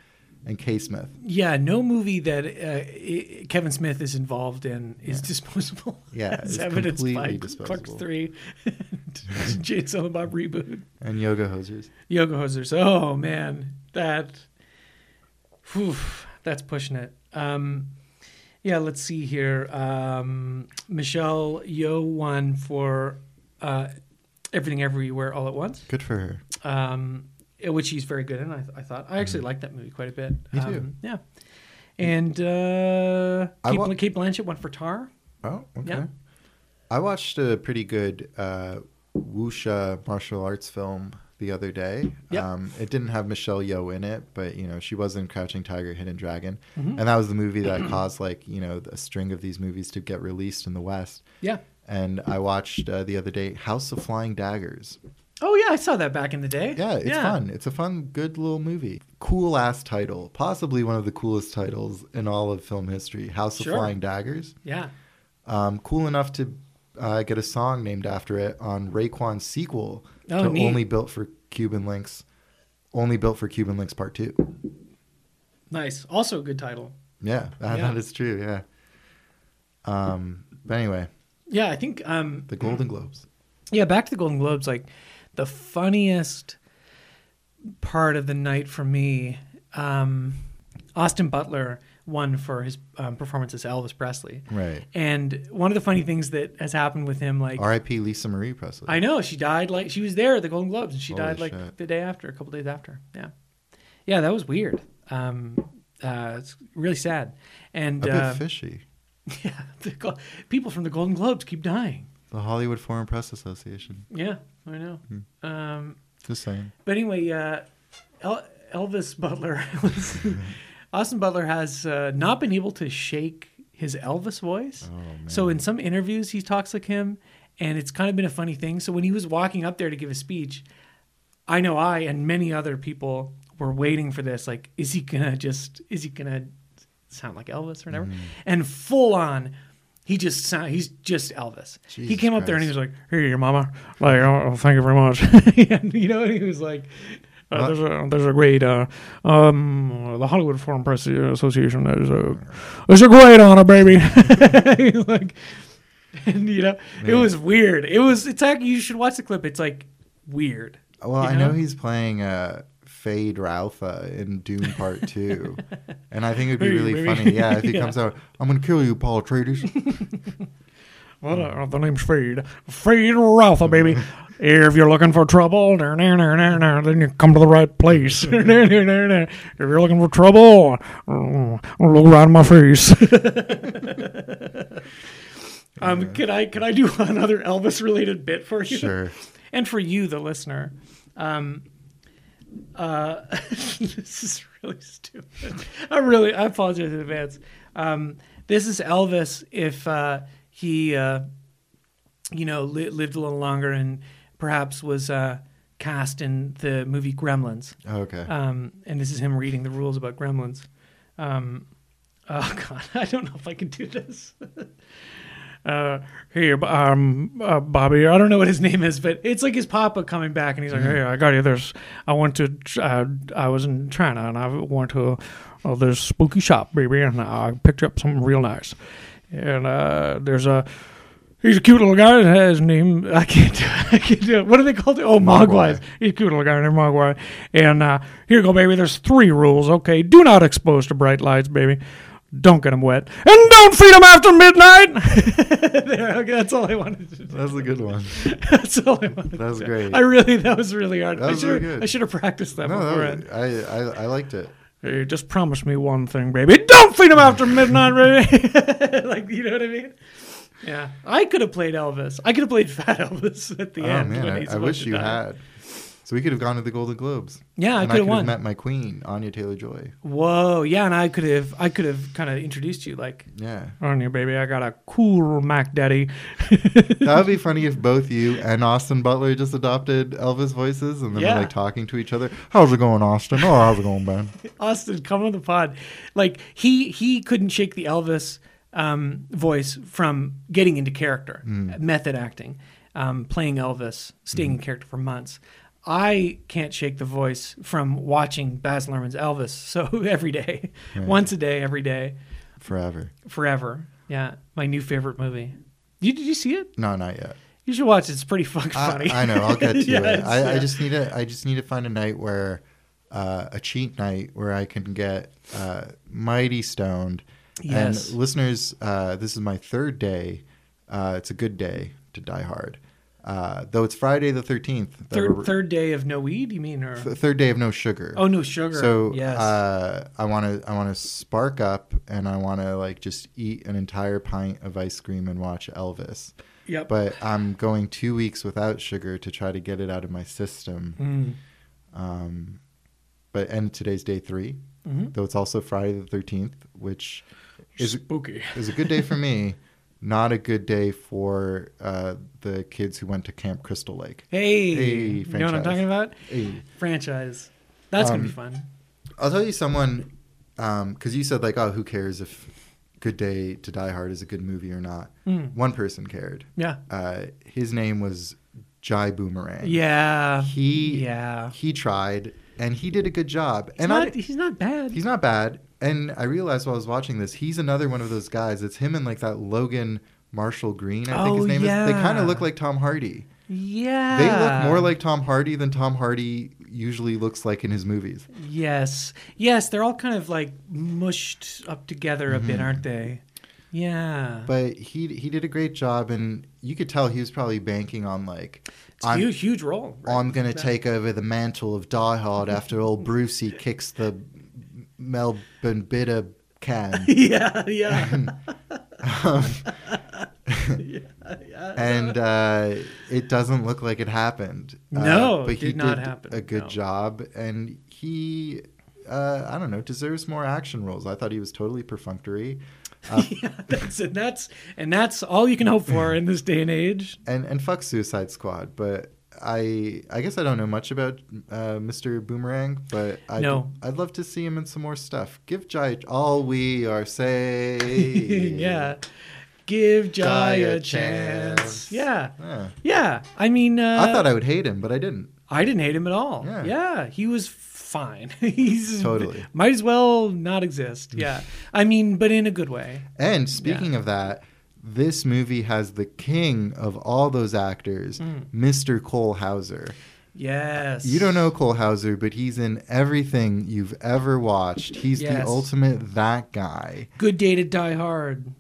B: and K Smith.
C: Yeah, no movie that uh, i Kevin Smith is involved in is disposable.
B: Yeah,
C: As
B: it's
C: evidenced by
B: completely
C: Clerks
B: disposable.
C: Three, James Bob reboot.
B: and yoga hosers.
C: Yoga hosers. Oh man, that Whew, that's pushing it. Um, yeah, let's see here. Um, Michelle Yo won for uh, Everything Everywhere All at Once,
B: Good for her.
C: um, which she's very good in. I, I thought I actually liked that movie quite a bit.
B: Mm-hmm. Me
C: um,
B: too.
C: Yeah, and uh,
B: I
C: Kate,
B: wa-
C: Kate Blanchett won for Tar.
B: Oh, okay.
C: Yeah.
B: I watched a pretty good uh, wuxia martial arts film the other day.
C: Yeah.
B: Um, it didn't have Michelle Yeoh in it, but you know she was in Crouching Tiger, Hidden Dragon,
C: Mm-hmm.
B: and that was the movie that caused like you know a string of these movies to get released in the West.
C: Yeah.
B: And I watched uh, the other day House of Flying Daggers.
C: Oh yeah, I saw that back in the day.
B: Yeah, it's fun. It's a fun, good little movie. Cool ass title, possibly one of the coolest titles in all of film history. House
C: Sure.
B: of Flying Daggers
C: Yeah.
B: um, cool enough to uh, get a song named after it on Raekwon's sequel
C: Oh,
B: to
C: neat.
B: Only Built for Cuban Links, Only Built for Cuban Links Part 2.
C: Nice. Also a good title.
B: Yeah, that-
C: Yeah.
B: that is true, yeah. Um, but anyway,
C: Yeah, I think um,
B: the Golden Globes.
C: Yeah, back to the Golden Globes. Like the funniest part of the night for me, um, Austin Butler won for his um, performance as Elvis Presley.
B: Right.
C: And one of the funny things that has happened with him, like
B: R.I.P. Lisa Marie Presley.
C: I know she died, like she was there at the Golden Globes, and she
B: Holy
C: died like
B: shit.
C: the day after, a couple days after. Yeah, yeah, that was weird. Um, uh, it's really sad. And
B: a
C: uh,
B: bit fishy.
C: yeah, the, Gol- people from the Golden Globes keep dying.
B: The Hollywood Foreign Press Association.
C: Yeah, I know.
B: Hmm.
C: Um,
B: Just saying.
C: But anyway, uh, El- Elvis Butler, was, Austin Butler has uh, not been able to shake his Elvis voice. So in some interviews, he talks like him, and it's kind of been a funny thing. So when he was walking up there to give a speech, I know I and many other people were waiting for this. Like, is he gonna just? Is he gonna sound like Elvis or whatever?
B: Mm-hmm.
C: And full on. He just sound, he's just Elvis. he
B: Jesus
C: came up there and he
B: Christ.
C: was like, "Hey, your mama, like, oh, thank you very much." and, you know, and he was like,
B: Not-
E: Uh, there's a there's a great uh, um, the Hollywood Foreign Press Association is a it's a great honor, baby.
C: like, and you know, it was weird. It was. It's like you should watch the clip. It's like weird.
B: Well,
C: You
B: I know
C: know?
B: he's playing uh, Fade Routha in Doom Part 2. and I think it would be
C: Hey,
B: really
C: baby.
B: funny. Yeah, if he
C: Yeah.
B: comes out, I'm going to kill you, Paul Atreides.
E: well, uh, the name's Fade Fade Ralpha, baby. If you're looking for trouble, nah, nah, nah, nah, nah, then you come to the right place. Nah, nah, nah, nah, nah. if you're looking for trouble, mm, look right in my face.
C: Um, could I could I do another Elvis related bit for you?
B: sure.
C: And for you, the listener, um, uh, this is really stupid. I really I apologize in advance. Um, this is Elvis if uh, he uh, you know li- lived a little longer and perhaps was uh, cast in the movie Gremlins.
B: Okay.
C: Um, and this is him reading the rules about gremlins. Um, oh God, I don't know if I can do this. uh, hey, b- um, uh, Bobby, I don't know what his name is, but it's like his papa coming back, and he's
B: Mm-hmm.
C: like,
E: Hey, I got you. There's, I went to, uh, I was in China and I went to uh, this spooky shop, baby, and I picked up something real nice. And uh, there's a, he's a cute little guy. His name, I can't do it. I can't do it. What are they called? Oh, Mogwai. He's a cute little guy named Mogwai. And uh, here you go, baby. There's three rules, okay? Do not expose to bright lights, baby. Don't get 'em wet. And don't feed 'em after midnight.
C: "There, okay, that's all I wanted to do.
B: That's a good one.
C: That's all I wanted."
B: That was
C: to do.
B: great.
C: I really, that was really hard.
B: That
C: I
B: was
C: should,
B: really good.
C: I should have practiced that
B: no, that
C: beforehand.
B: was, I, I I liked it.
E: hey, just promise me one thing, baby. Don't feed 'em after midnight, baby.
C: like, you know what I mean? Yeah, I could have played Elvis. I could have played Fat Elvis at the
B: oh
C: end.
B: man,
C: when
B: I,
C: he's
B: I
C: about
B: wish
C: to
B: you
C: die.
B: had. So we could have gone to the Golden Globes.
C: Yeah, I
B: and
C: could have won.
B: met my queen, Anya Taylor Joy.
C: Whoa, yeah, and I could have, I could have kind of introduced you, like,
B: Yeah,
E: on you, baby. I got a cool Mac Daddy.
B: that would be funny if both you and Austin Butler just adopted Elvis voices, and then
C: Yeah.
B: we're like talking to each other. How's it going, Austin? Oh, how's it going, Ben?
C: Austin, come on the pod. Like he he couldn't shake the Elvis um, voice from getting into character,
B: Mm.
C: method acting, um, playing Elvis, staying in character for months. I can't shake the voice from watching Baz Luhrmann's Elvis. So every day, once a day, every day,
B: Forever.
C: forever. Yeah, my new favorite movie. You, did you see it?
B: No, not yet.
C: You should watch it. It's pretty fucking
B: I,
C: funny.
B: I know. I'll get to
C: Yeah,
B: it.
C: it's-
B: I, I
C: yeah.
B: just need to. I just need to find a night where uh, a cheat night where I can get uh, mighty stoned.
C: Yes.
B: And listeners, uh, this is my third day. Uh, it's a good day to die hard. Uh, though it's Friday the 13th. that
C: Third
B: we're-
C: third day of no weed, you mean, or
B: th- third day of no sugar.
C: oh no sugar?
B: So
C: yes,
B: uh, I want to I want to spark up and I want to like just eat an entire pint of ice cream and watch Elvis.
C: yep.
B: But I'm going two weeks without sugar to try to get it out of my system.
C: Mm.
B: Um, but and today's day 3
C: Mm-hmm.
B: though it's also Friday the thirteenth, which is
E: Spooky.
B: is a good day for me. Not a good day for uh, the kids who went to Camp Crystal Lake.
C: hey,
B: hey,
C: you know what I'm
B: franchise. Um,
C: talking about?
B: Hey.
C: Franchise. That's gonna be fun.
B: I'll tell you someone because you said like, oh, who cares if Good Day to Die Hard is a good movie or not? One person cared.
C: Mm. Yeah,
B: Uh, his name was Jai Boomerang.
C: yeah.
B: He
C: yeah.
B: he tried and he did a good job. And
C: not, e-,
B: I,
C: he's not bad.
B: he's not bad. And I realized while I was watching this, he's another one of those guys. It's him and like that Logan Marshall Green. I think
C: Oh,
B: his name is. They kind
C: yeah.
B: of look like Tom Hardy.
C: yeah,
B: They look more like Tom Hardy than Tom Hardy usually looks like in his movies.
C: Yes, yes. They're all kind of like mushed up together a bit,
B: Mm-hmm.
C: aren't they? Yeah.
B: but he he did a great job and you could tell he was probably banking on like
C: it's a
B: I'm,
C: huge, huge role. right?
B: I'm going to take over the mantle of Die Hard after old Brucey kicks the Melbourne bitter can
C: yeah, yeah.
B: and uh, it doesn't look like it happened. Uh,
C: No, it
B: but he
C: did not happen,
B: A good
C: no.
B: job and he uh, I don't know deserves more action roles. I thought he was totally perfunctory.
C: yeah, that's and that's and that's all you can hope for in this day and age.
B: and and fuck Suicide Squad, but I I guess I don't know much about uh, Mr. Boomerang, but I
C: No.
B: I'd love to see him in some more stuff. Give Jai all we are saying.
C: yeah. Give
B: Jai
C: Jai
B: a
C: a chance.
B: chance.
C: Yeah.
B: Yeah.
C: Yeah. I mean, uh,
B: I thought I would hate him, but I didn't.
C: I didn't hate him at all. Yeah,
B: Yeah.
C: he was fine. He's
B: Totally.
C: might as well not exist. Yeah, I mean, but in a good way.
B: And speaking of that, this movie has the king of all those actors, Mr. Cole Hauser.
C: Yes.
B: You don't know Cole Hauser, but he's in everything you've ever watched. He's
C: Yes.
B: the ultimate that guy.
C: Good day to die hard.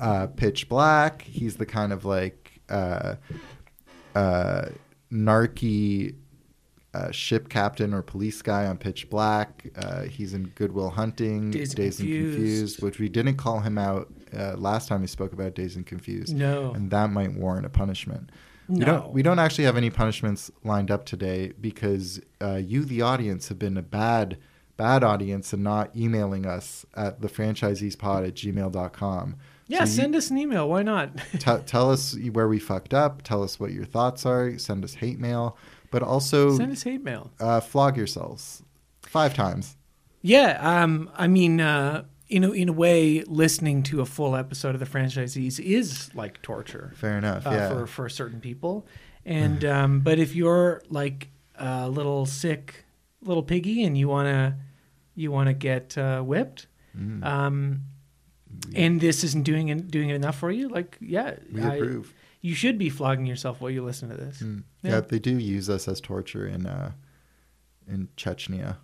B: uh, Pitch Black. He's the kind of like uh, uh, narky uh, ship captain or police guy on Pitch Black. Uh, he's in Goodwill Hunting,
C: Dazed
B: Days,
C: and
B: and
C: Confused.
B: Confused, which we didn't call him out uh, last time we spoke about Days and Confused.
C: No.
B: and that might warrant a punishment. We
C: No.
B: don't. We don't actually have any punishments lined up today because uh, you, the audience, have been a bad, bad audience and not emailing us at thefranchisespod at gmail.com.
C: Yeah,
B: So you-
C: send us an email. Why not?
B: Te- tell us where we fucked up. Tell us what your thoughts are. Send us hate mail, but also
C: send us hate mail.
B: uh, flog yourselves five times.
C: Yeah, um, I mean, uh, in a, in a way, listening to a full episode of the franchisees is like torture.
B: Fair enough.
C: uh,
B: yeah.
C: for for certain people. And um, but if you're like a little sick little piggy and you wanna you wanna get uh, whipped,
B: Mm.
C: um, and this isn't doing it, doing it enough for you, like yeah,
B: We
C: I-
B: approve. Mm.
C: You should be flogging yourself while you listen to this.
B: yeah.
C: Yeah.
B: they do use us as torture in uh, in Chechnya.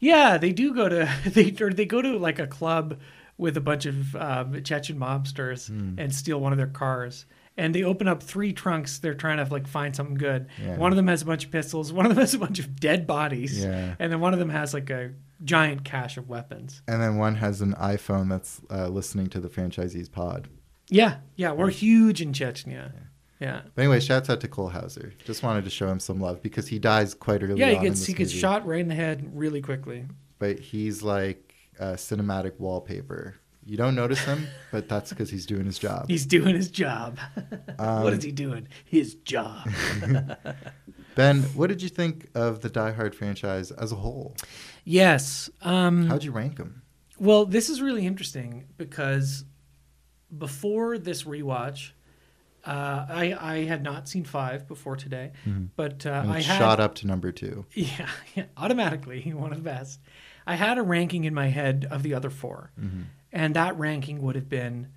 C: Yeah, they do go to they or they go to like a club with a bunch of um, Chechen mobsters
B: Hmm.
C: and steal one of their cars. And they open up three trunks. They're trying to like find something good.
B: Yeah.
C: One of them has a bunch of pistols. One of them has a bunch of dead bodies.
B: Yeah.
C: And then one of them has like a giant cache of weapons.
B: And then one has an iPhone that's uh, listening to the franchisees pod.
C: Yeah, yeah, we're huge in Chechnya. Yeah,
B: But anyway, shouts out to Cole Hauser. Just wanted to show him some love because he dies quite early.
C: yeah.
B: on
C: he
B: in
C: gets
B: this
C: he gets
B: movie.
C: shot right in the head really quickly.
B: but he's like uh, cinematic wallpaper. You don't notice him, but that's because he's doing his job.
C: He's doing his job. what
B: Um,
C: is he doing? His job.
B: Ben, what did you think of the Die Hard franchise as a whole?
C: Mm-hmm. yes. Um,
B: How'd you rank them?
C: Well, this is really interesting because before this rewatch, uh, I I had not seen five before today, but uh,
B: Mm-hmm. And
C: I
B: it
C: had
B: shot up to number two.
C: Yeah, yeah, automatically one of the best. I had a ranking in my head of the other 4
B: Mm-hmm.
C: and that ranking would have been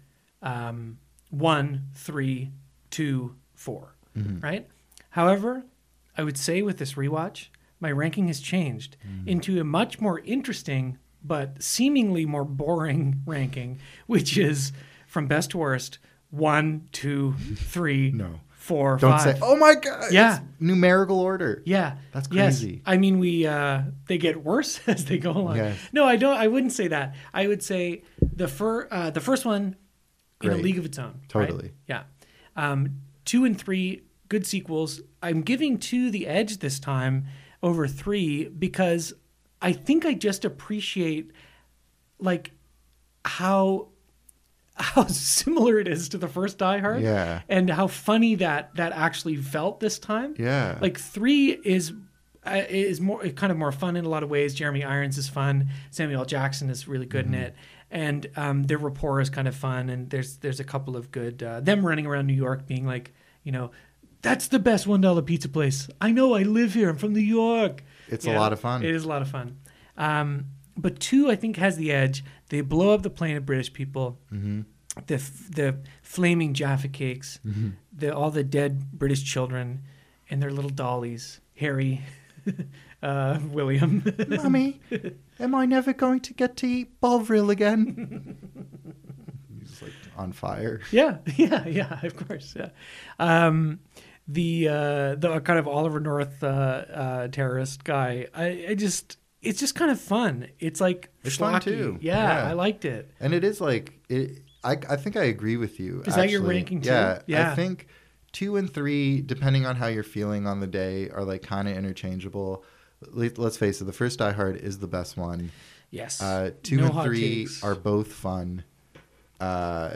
C: um, one, three,
B: Mm-hmm.
C: two, four, right? However, I would say with this rewatch my ranking has changed
B: Mm-hmm.
C: into a much more interesting but seemingly more boring ranking, which is from best to worst one, two, three,
B: No.
C: four,
B: Don't
C: five.
B: say, oh my God. it's
C: Yeah.
B: numerical order.
C: Yeah,
B: That's
C: Yes.
B: crazy.
C: I mean, we uh, they get worse as they go along.
B: Yes.
C: No, I don't. I wouldn't say that. I would say the fir- uh, the first one in a
B: Great.
C: league of its own. right?
B: Totally.
C: Yeah. Um, two and three good sequels. I'm giving two the edge this time over three because I think I just appreciate like how how similar it is to the first Die Hard.
B: Yeah.
C: And how funny that that actually felt this time.
B: Yeah.
C: Like three is uh, is more kind of more fun in a lot of ways. Jeremy Irons is fun. Samuel L. Jackson is really good
B: Mm-hmm.
C: in it, and um, their rapport is kind of fun. And there's there's a couple of good uh, them running around New York, being like, you know, that's the best one dollar pizza place. I know. I live here. I'm from New York.
B: It's
C: You
B: a lot of fun.
C: It is a lot of fun. Um, but two, I think, has the edge. They blow up the plane of British people. Mm-hmm. The f- the flaming Jaffa cakes,
B: Mm-hmm.
C: the all the dead British children, and their little dollies. Harry, uh, William.
B: Mummy, am I never going to get to eat Bovril again? He's like on fire.
C: yeah, yeah, yeah. Of course. Yeah. Um, the uh, the kind of Oliver North uh, uh, terrorist guy. I, I just it's just kind of fun. It's like
B: It's fun,
C: schlocky.
B: too.
C: Yeah,
B: Yeah.
C: I liked it.
B: And it is like it. I I think I agree with you.
C: Is that your
B: actually.
C: ranking, too?
B: Yeah,
C: Yeah.
B: I think two and three, depending on how you're feeling on the day, are like kind of interchangeable. Let- Let's face it, the first Die Hard is the best one.
C: Yes.
B: Uh, two
C: No
B: and
C: hot
B: three
C: takes.
B: are both fun, uh,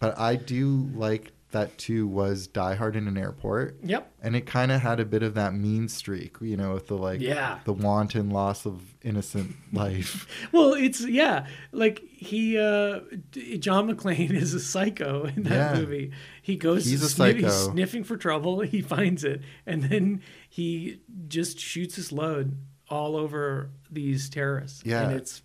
B: but I do like that two was Die Hard in an airport.
C: Yep.
B: and it kind of had a bit of that mean streak, you know, with the like,
C: Yeah.
B: the wanton loss of innocent life.
C: Well, it's yeah, like he uh D- John McClane is a psycho in that
B: Yeah.
C: movie. He goes
B: He's a
C: sniff- he's
B: psycho.
C: sniffing for trouble, he finds it, and then he just shoots his load all over these terrorists.
B: Yeah.
C: And it's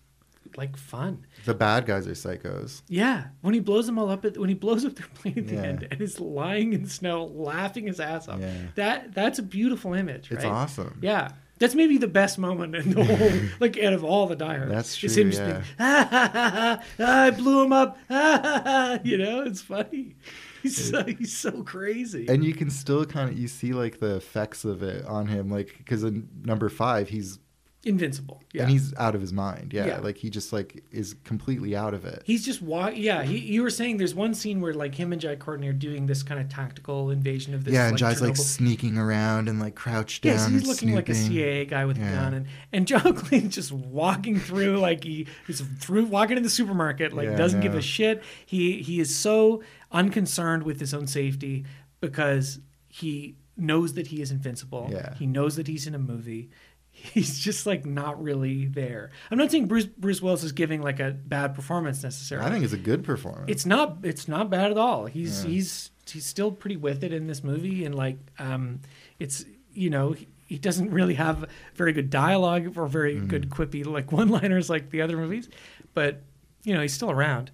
C: like fun.
B: the bad guys are psychos.
C: Yeah, when he blows them all up, at, when he blows up their plane at the
B: Yeah.
C: end, and is lying in snow, laughing his ass off.
B: Yeah.
C: That that's a beautiful image.
B: It's
C: right?
B: awesome.
C: Yeah, that's maybe the best moment in the whole, like out of all the Die Hard.
B: That's
C: It's
B: true,
C: him just being, "Ah, ha, ha, ha, I blew him up. Ah, ha, ha." you know, it's funny. He's so, he's so crazy.
B: And you can still kind of you see like the effects of it on him, like because in number five he's
C: Invincible. Yeah.
B: and he's out of his mind. Yeah,
C: Yeah.
B: like he just like is completely out of it.
C: He's just wa- yeah. He, you were saying there's one scene where like him and Jai Courtney are doing this kind of tactical invasion of this.
B: yeah, and Jai's like
C: Chernobyl-
B: sneaking around and like crouched down.
C: Yes, he's
B: and
C: looking like a
B: snooping.
C: CIA guy with a
B: Yeah.
C: gun, and and John Cleese just walking through like he is through walking in the supermarket, like
B: Yeah,
C: doesn't give
B: yeah.
C: a shit. He he is so unconcerned with his own safety because he knows that he is invincible.
B: Yeah.
C: He knows that he's in a movie. He's just like not really there. I'm not saying Bruce Bruce Willis is giving like a bad performance necessarily.
B: I think it's a good performance.
C: It's not it's not bad at all. He's he's he's still pretty with it in this movie and like um it's you know he, he doesn't really have very good dialogue or very good quippy like one-liners like the other movies, but you know he's still around.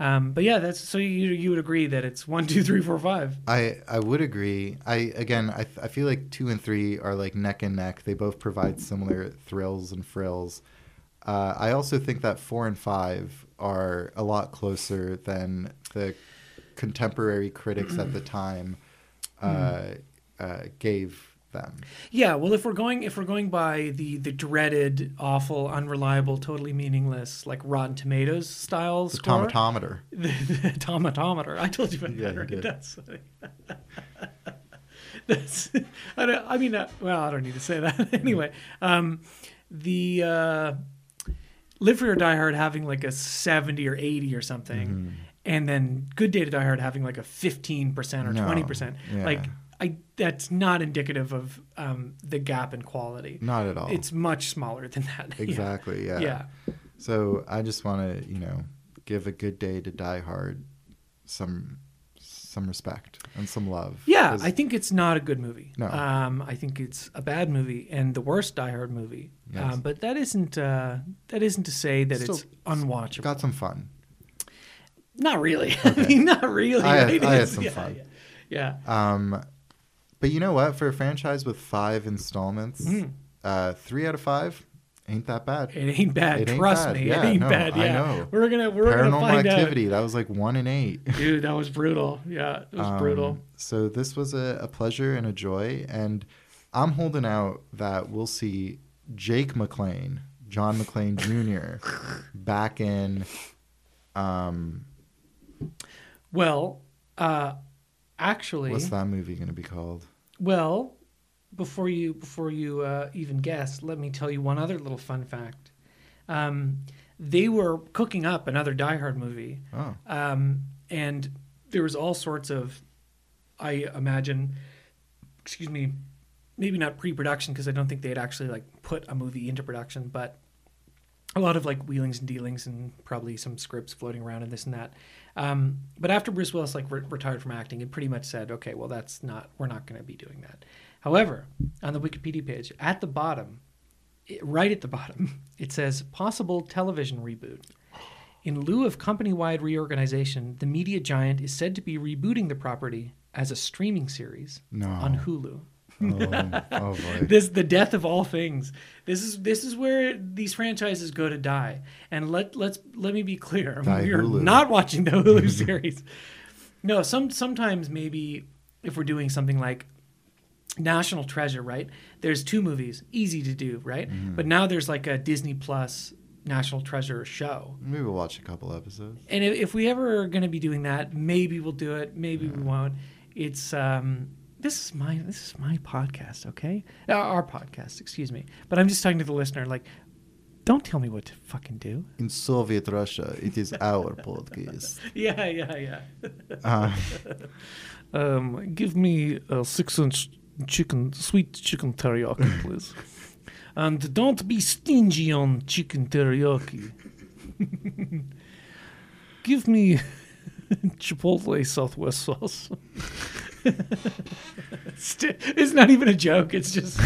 C: Um, but yeah, that's so you you would agree that it's one two three four five.
B: I I would agree. I again I I feel like two and three are like neck and neck. They both provide similar thrills and frills. Uh, I also think that four and five are a lot closer than the contemporary critics at the time
C: Hmm.
B: uh, uh, gave them.
C: Yeah, well, if we're going if we're going by the the dreaded, awful, unreliable, totally meaningless like Rotten Tomatoes style
B: The
C: score,
B: tomatometer.
C: the, the automatometer. I told you about
B: Yeah,
C: that.
B: you
C: Right?
B: did.
C: That's that's. I don't. I mean, uh, well, I don't need to say that anyway. Um, the uh, Live Free or Die Hard having like a seventy or eighty or something,
B: Mm-hmm.
C: and then Good Day to Die Hard having like a fifteen percent or
B: No,
C: twenty percent.
B: yeah.
C: Like, I that's not indicative of um, the gap in quality.
B: Not at all.
C: It's much smaller than that. Yeah.
B: exactly. Yeah.
C: yeah.
B: So I just want to you know give a good day to Die Hard some some respect and some love.
C: Yeah,
B: 'Cause-
C: I think it's not a good movie.
B: No.
C: um, I think it's a bad movie and the worst Die Hard movie. Um, but that isn't uh, that isn't to say that
B: Still-
C: it's unwatchable.
B: got some fun.
C: not really. I mean, not really.
B: I had-
C: right?
B: I had
C: It's-
B: some
C: yeah,
B: fun. Uh,
C: Yeah. yeah. Mm.
B: Um, but you know what? For a franchise with five installments, Uh, three out of five ain't that bad.
C: It ain't bad.
B: It ain't
C: Trust
B: bad.
C: me,
B: Yeah,
C: it ain't
B: no,
C: bad.
B: I
C: Yeah,
B: know.
C: we're gonna we're gonna
B: Paranormal
C: find
B: Activity. That was like one in eight.
C: out, dude. That was brutal. Yeah, it was
B: Um,
C: brutal.
B: So this was a, a pleasure and a joy, and I'm holding out that we'll see Jake McLean, John McLean Jr., back in. Um,
C: Well, uh, actually,
B: what's that movie going to be called?
C: well, before you before you uh, even guess, let me tell you one other little fun fact. Um, they were cooking up another Die Hard movie,
B: Oh,
C: um, and there was all sorts of, I imagine, excuse me, maybe not pre-production because I don't think they had actually like put a movie into production, but a lot of like wheelings and dealings and probably some scripts floating around and this and that. Um, but after Bruce Willis like re- retired from acting, it pretty much said, okay, well that's not we're not going to be doing that. However, on the Wikipedia page at the bottom, it- right at the bottom, it says possible television reboot. In lieu of company wide reorganization, the media giant is said to be rebooting the property as a streaming series
B: No.
C: on Hulu.
B: oh, oh boy.
C: This the death of all things. This is this is where these franchises go to die. And let let's let me be clear.
B: Die
C: we are
B: Hulu.
C: not watching the Hulu series. No, some sometimes maybe if we're doing something like National Treasure, right? There's two movies, easy to do, right?
B: Mm-hmm.
C: But now there's like a Disney Plus National Treasure show.
B: Maybe we'll watch a couple episodes.
C: And if, if we ever are going to be doing that, maybe we'll do it. Maybe we won't. It's um, this is my this is my podcast, okay? Uh, our podcast, excuse me. But I'm just talking to the listener, like, don't tell me what to fucking do.
B: In Soviet Russia, it is our podcast.
C: Yeah, yeah, yeah.
E: Um, give me a six-inch chicken, sweet chicken teriyaki, please. and don't be stingy on chicken teriyaki. give me chipotle southwest sauce.
C: St- It's not even a joke. It's just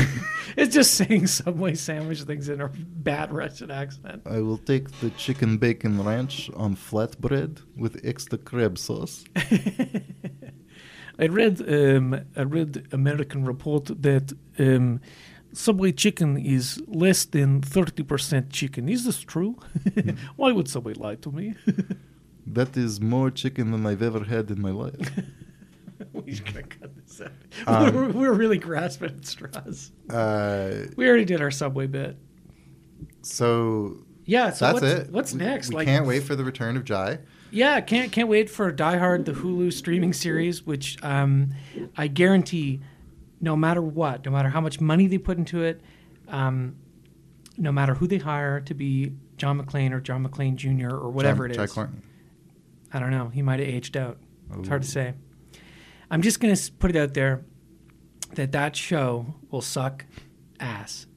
C: it's just saying Subway sandwich things in a bad Russian accent.
B: I will take the chicken bacon ranch on flatbread with extra crab sauce.
E: I read um, I read American report that um, Subway chicken is less than thirty percent chicken. Is this true?
C: Hmm.
E: Why would Subway lie to me?
B: That is more chicken than I've ever had in my life.
C: We're just gonna cut this out.
B: Um,
C: we're, we're really grasping at straws.
B: Uh,
C: We already did our Subway bit.
B: so
C: Yeah, so
B: that's
C: what's,
B: it.
C: What's
B: We-
C: next?
B: We
C: like,
B: can't wait for the return of Jai.
C: yeah, can't can't wait for Die Hard, the Hulu streaming series, which um, I guarantee, no matter what, no matter how much money they put into it, um, no matter who they hire to be John McClane or John McClane Jr. or whatever
B: Jai-
C: it
B: Jai
C: is,
B: Courtney.
C: I don't know. He might have aged out. It's hard to say. I'm just going to put it out there that that show will suck ass.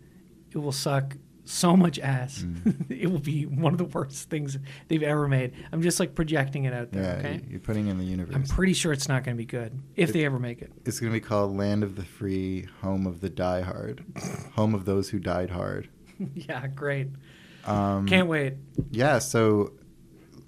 C: It will suck so much ass. it will be one of the worst things they've ever made. I'm just like projecting it out there,
B: Yeah,
C: okay?
B: you- you're putting in the universe.
C: I'm pretty sure it's not going to be good if they ever make it.
B: it's going to be called Land of the Free, Home of the Die Hard, Home of Those Who Died Hard.
C: yeah, great. Can't wait.
B: Yeah, so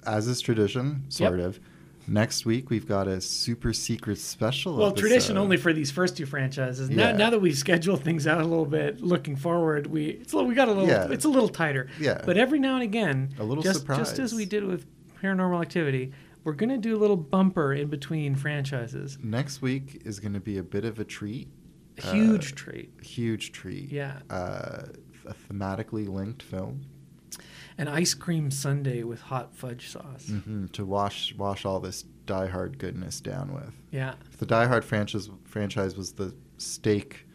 B: as is tradition, sort of. Next week we've got a super secret special.
C: Well,
B: episode.
C: tradition only for these first two franchises. Now,
B: uh, Yeah.
C: now that we've scheduled things out a little bit, looking forward, we it's a little, we got a little
B: Yeah.
C: it's a little tighter.
B: Yeah.
C: But every now and again,
B: A little
C: just just as
B: surprise.
C: we did with Paranormal Activity, we're gonna do a little bumper in between franchises.
B: Next week is going to be a bit of a treat,
C: A
B: Uh,
C: huge treat.
B: huge treat.
C: Yeah.
B: Uh, a thematically linked film
C: An ice cream sundae with hot fudge sauce.
B: Mhm, to wash wash all this Die Hard goodness down with.
C: Yeah.
B: If the Die Hard franchise franchise was the steak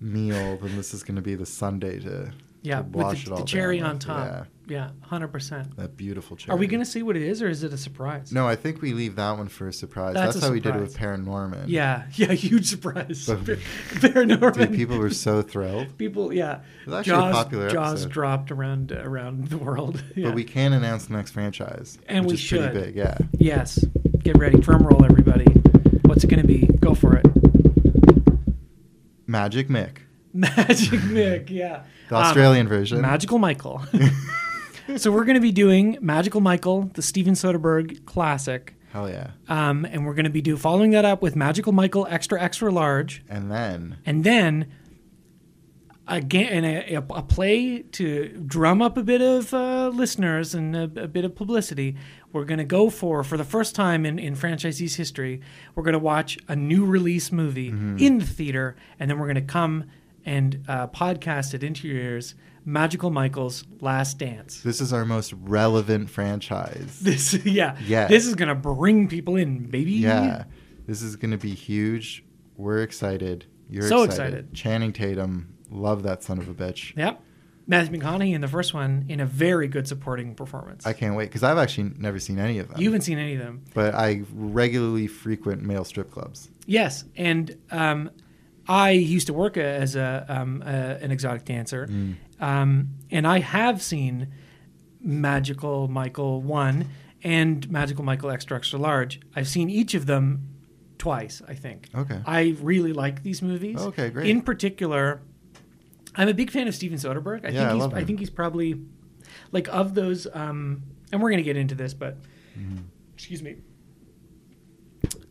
B: meal, then this is going to be the Sunday to
C: Yeah.
B: to wash
C: with
B: it
C: the,
B: all
C: the cherry
B: down
C: on
B: with.
C: top. Yeah, hundred percent.
B: Yeah, that beautiful cherry.
C: Are we gonna see what it is or is it a surprise?
B: No, I think we leave that one for a surprise.
C: That's
B: That's,
C: a
B: how we did it with Paranorman.
C: Yeah, yeah, huge surprise.
B: But-
C: Paranormal.
B: Dude, people were so thrilled.
C: People, yeah.
B: It was actually a popular
C: Jaws
B: episode.
C: dropped around uh, around the world. yeah.
B: But we can announce the next franchise,
C: And
B: which
C: we
B: is
C: should.
B: pretty big. Yeah.
C: yes, get ready, drum roll, everybody. What's it going to be? Go for it.
B: Magic Mick,
C: Magic Mick, yeah.
B: the
C: Um,
B: Australian version.
C: Magical Michael. so we're going to be doing Magical Michael, the Steven Soderbergh classic,
B: Hell yeah!
C: um, and we're going to be do following that up with Magical Michael Extra Extra Large,
B: And then
C: and then a ga- and a, a, a play to drum up a bit of uh, listeners and a, a bit of publicity. We're going to go for for the first time in, in franchisee's history. We're going to watch a new release movie
B: Mm-hmm.
C: in the theater, and then we're going to come and uh, podcast it into your ears. Magical Michael's Last Dance.
B: This is our most relevant franchise.
C: This, yeah,
B: Yes.
C: This is going to bring people in, baby.
B: Yeah. This is going to be huge. We're excited. You're
C: So excited.
B: excited. Channing Tatum. Love that son of a bitch.
C: Yep. Matthew McConaughey in the first one in a very good supporting performance.
B: I can't wait because I've actually never seen any of them.
C: you haven't seen any of them.
B: but I regularly frequent male strip clubs.
C: Yes, and um, I used to work a- as a, um, a an exotic dancer,
B: Mm.
C: um, and I have seen Magical Michael one and Magical Michael Extra Extra Large. I've seen each of them twice, I think.
B: Okay.
C: I really like these movies.
B: Okay, great.
C: In particular, I'm a big fan of Steven Soderbergh. I
B: Yeah, I
C: think he's,
B: love
C: I
B: him.
C: think he's probably like of those. Um, and we're gonna get into this, but
B: Mm-hmm.
C: excuse me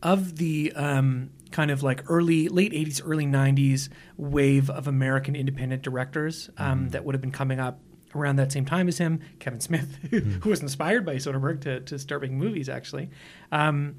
C: of the um, kind of like early late 80s early 90s wave of american independent directors
B: Mm-hmm.
C: um, that would have been coming up around that same time as him kevin smith who- who was inspired by soderbergh to, to start making movies actually um,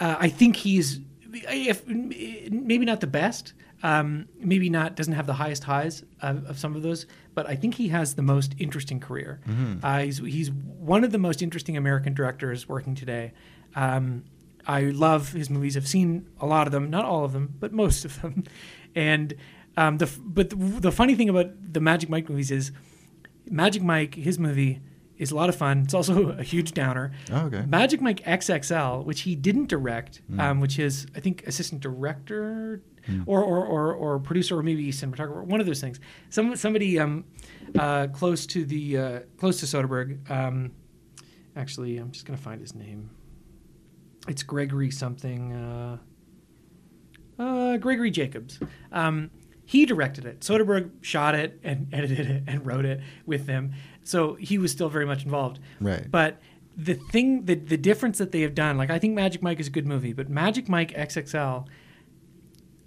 C: uh, i think he's if maybe not the best um, maybe not doesn't have the highest highs of, of some of those but i think he has the most interesting career uh, he's, he's one of the most interesting american directors working today um, I love his movies. I've seen a lot of them, not all of them, but most of them. And um, the f- but the, the funny thing about the Magic Mike movies is Magic Mike, his movie is a lot of fun. It's also a huge downer.
B: Oh, okay. Hmm.
C: Magic Mike XXL, which he didn't direct, um, which is I think assistant director or, or, or or producer or maybe cinematographer, one of those things. Some somebody um, uh, close to the uh, close to Soderbergh. Um, actually, I'm just gonna find his name. It's Gregory something. Uh, uh, Gregory Jacobs. Um, he directed it. Soderbergh shot it and edited it and wrote it with them. So he was still very much involved.
B: Right.
C: But the thing, the, the difference that they have done, like I think Magic Mike is a good movie, but Magic Mike XXL,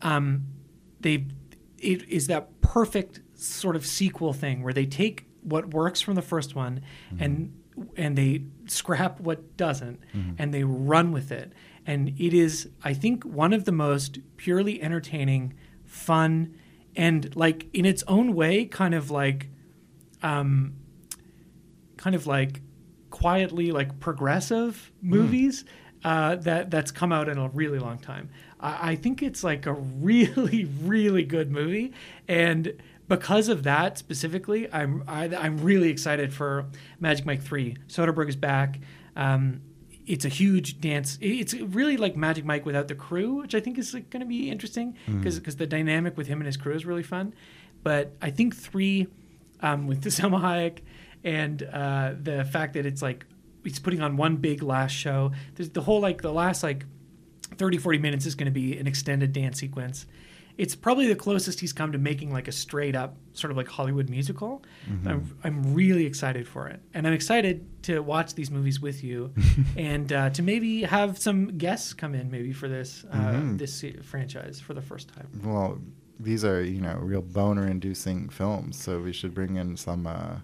C: um, they, it is that perfect sort of sequel thing where they take what works from the first one and and they scrap what doesn't and they run with it and it is i think one of the most purely entertaining fun and like in its own way kind of like kind of like quietly like progressive movies uh, that that's come out in a really long time. I, I think it's like a really really good movie, and because of that specifically, I'm I, I'm really excited for Magic Mike Three. Soderbergh is back. Um, it's a huge dance. it- It's really like Magic Mike without the crew, which I think is like, going to be interesting because the dynamic with him and his crew is really fun. But I think three um, with the Selma Hayek and uh, the fact that it's like it's putting on one big last show. There's the whole like the last like 30, 40 minutes is going to be an extended dance sequence. It's probably the closest he's come to making like a straight up sort of like Hollywood musical.
B: Mm-hmm.
C: I'm, I'm really excited for it. And I'm excited to watch these movies with you and uh, to maybe have some guests come in maybe for this, uh,
B: Mm-hmm.
C: this se- franchise for the first time.
B: Well, these are you know real boner-inducing films, so we should bring in some uh, uh,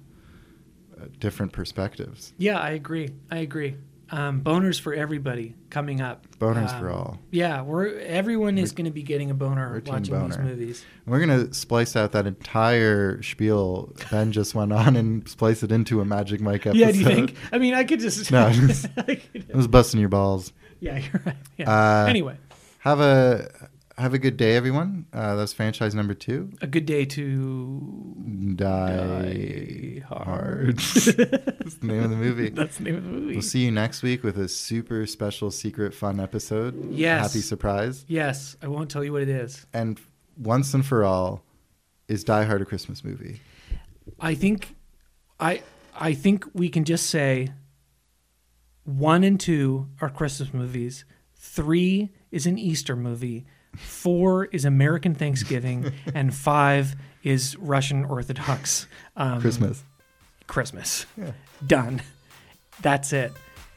B: different perspectives.
C: Yeah, I agree. I agree. Um, boners for everybody coming up.
B: Boners
C: Um,
B: for all.
C: Yeah, we're everyone is going to be getting a boner
B: we're team
C: watching these
B: boner.
C: movies.
B: We're gonna splice out that entire spiel Ben just went on and splice it into a Magic Mike episode.
C: Yeah, do you think? I mean, I could just.
B: No, just-
C: I could-
B: It was busting your balls.
C: yeah, you're right. Yeah.
B: Uh,
C: anyway,
B: Have a have a good day, everyone. Uh, that's franchise number two.
C: a good day to.
B: Die,
C: hard.
B: hard. that's the name of the movie.
C: That's the name of the movie.
B: We'll see you next week with a super special, secret, fun episode.
C: Yes.
B: Happy surprise.
C: Yes, I won't tell you what it is.
B: And once and for all, is Die Hard a Christmas movie?
C: I think, I I think we can just say. One and two are Christmas movies. Three is an Easter movie. Four is American Thanksgiving, and five is Russian Orthodox um,
B: Christmas.
C: Christmas. Done. That's it.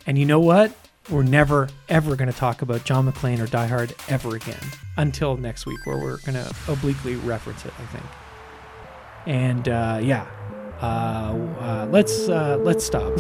C: And you know what? We're never, ever going to talk about John McClane or Die Hard ever again until next week, where we're going to obliquely reference it, I think. and uh, yeah, uh, uh, let's uh, let's stop.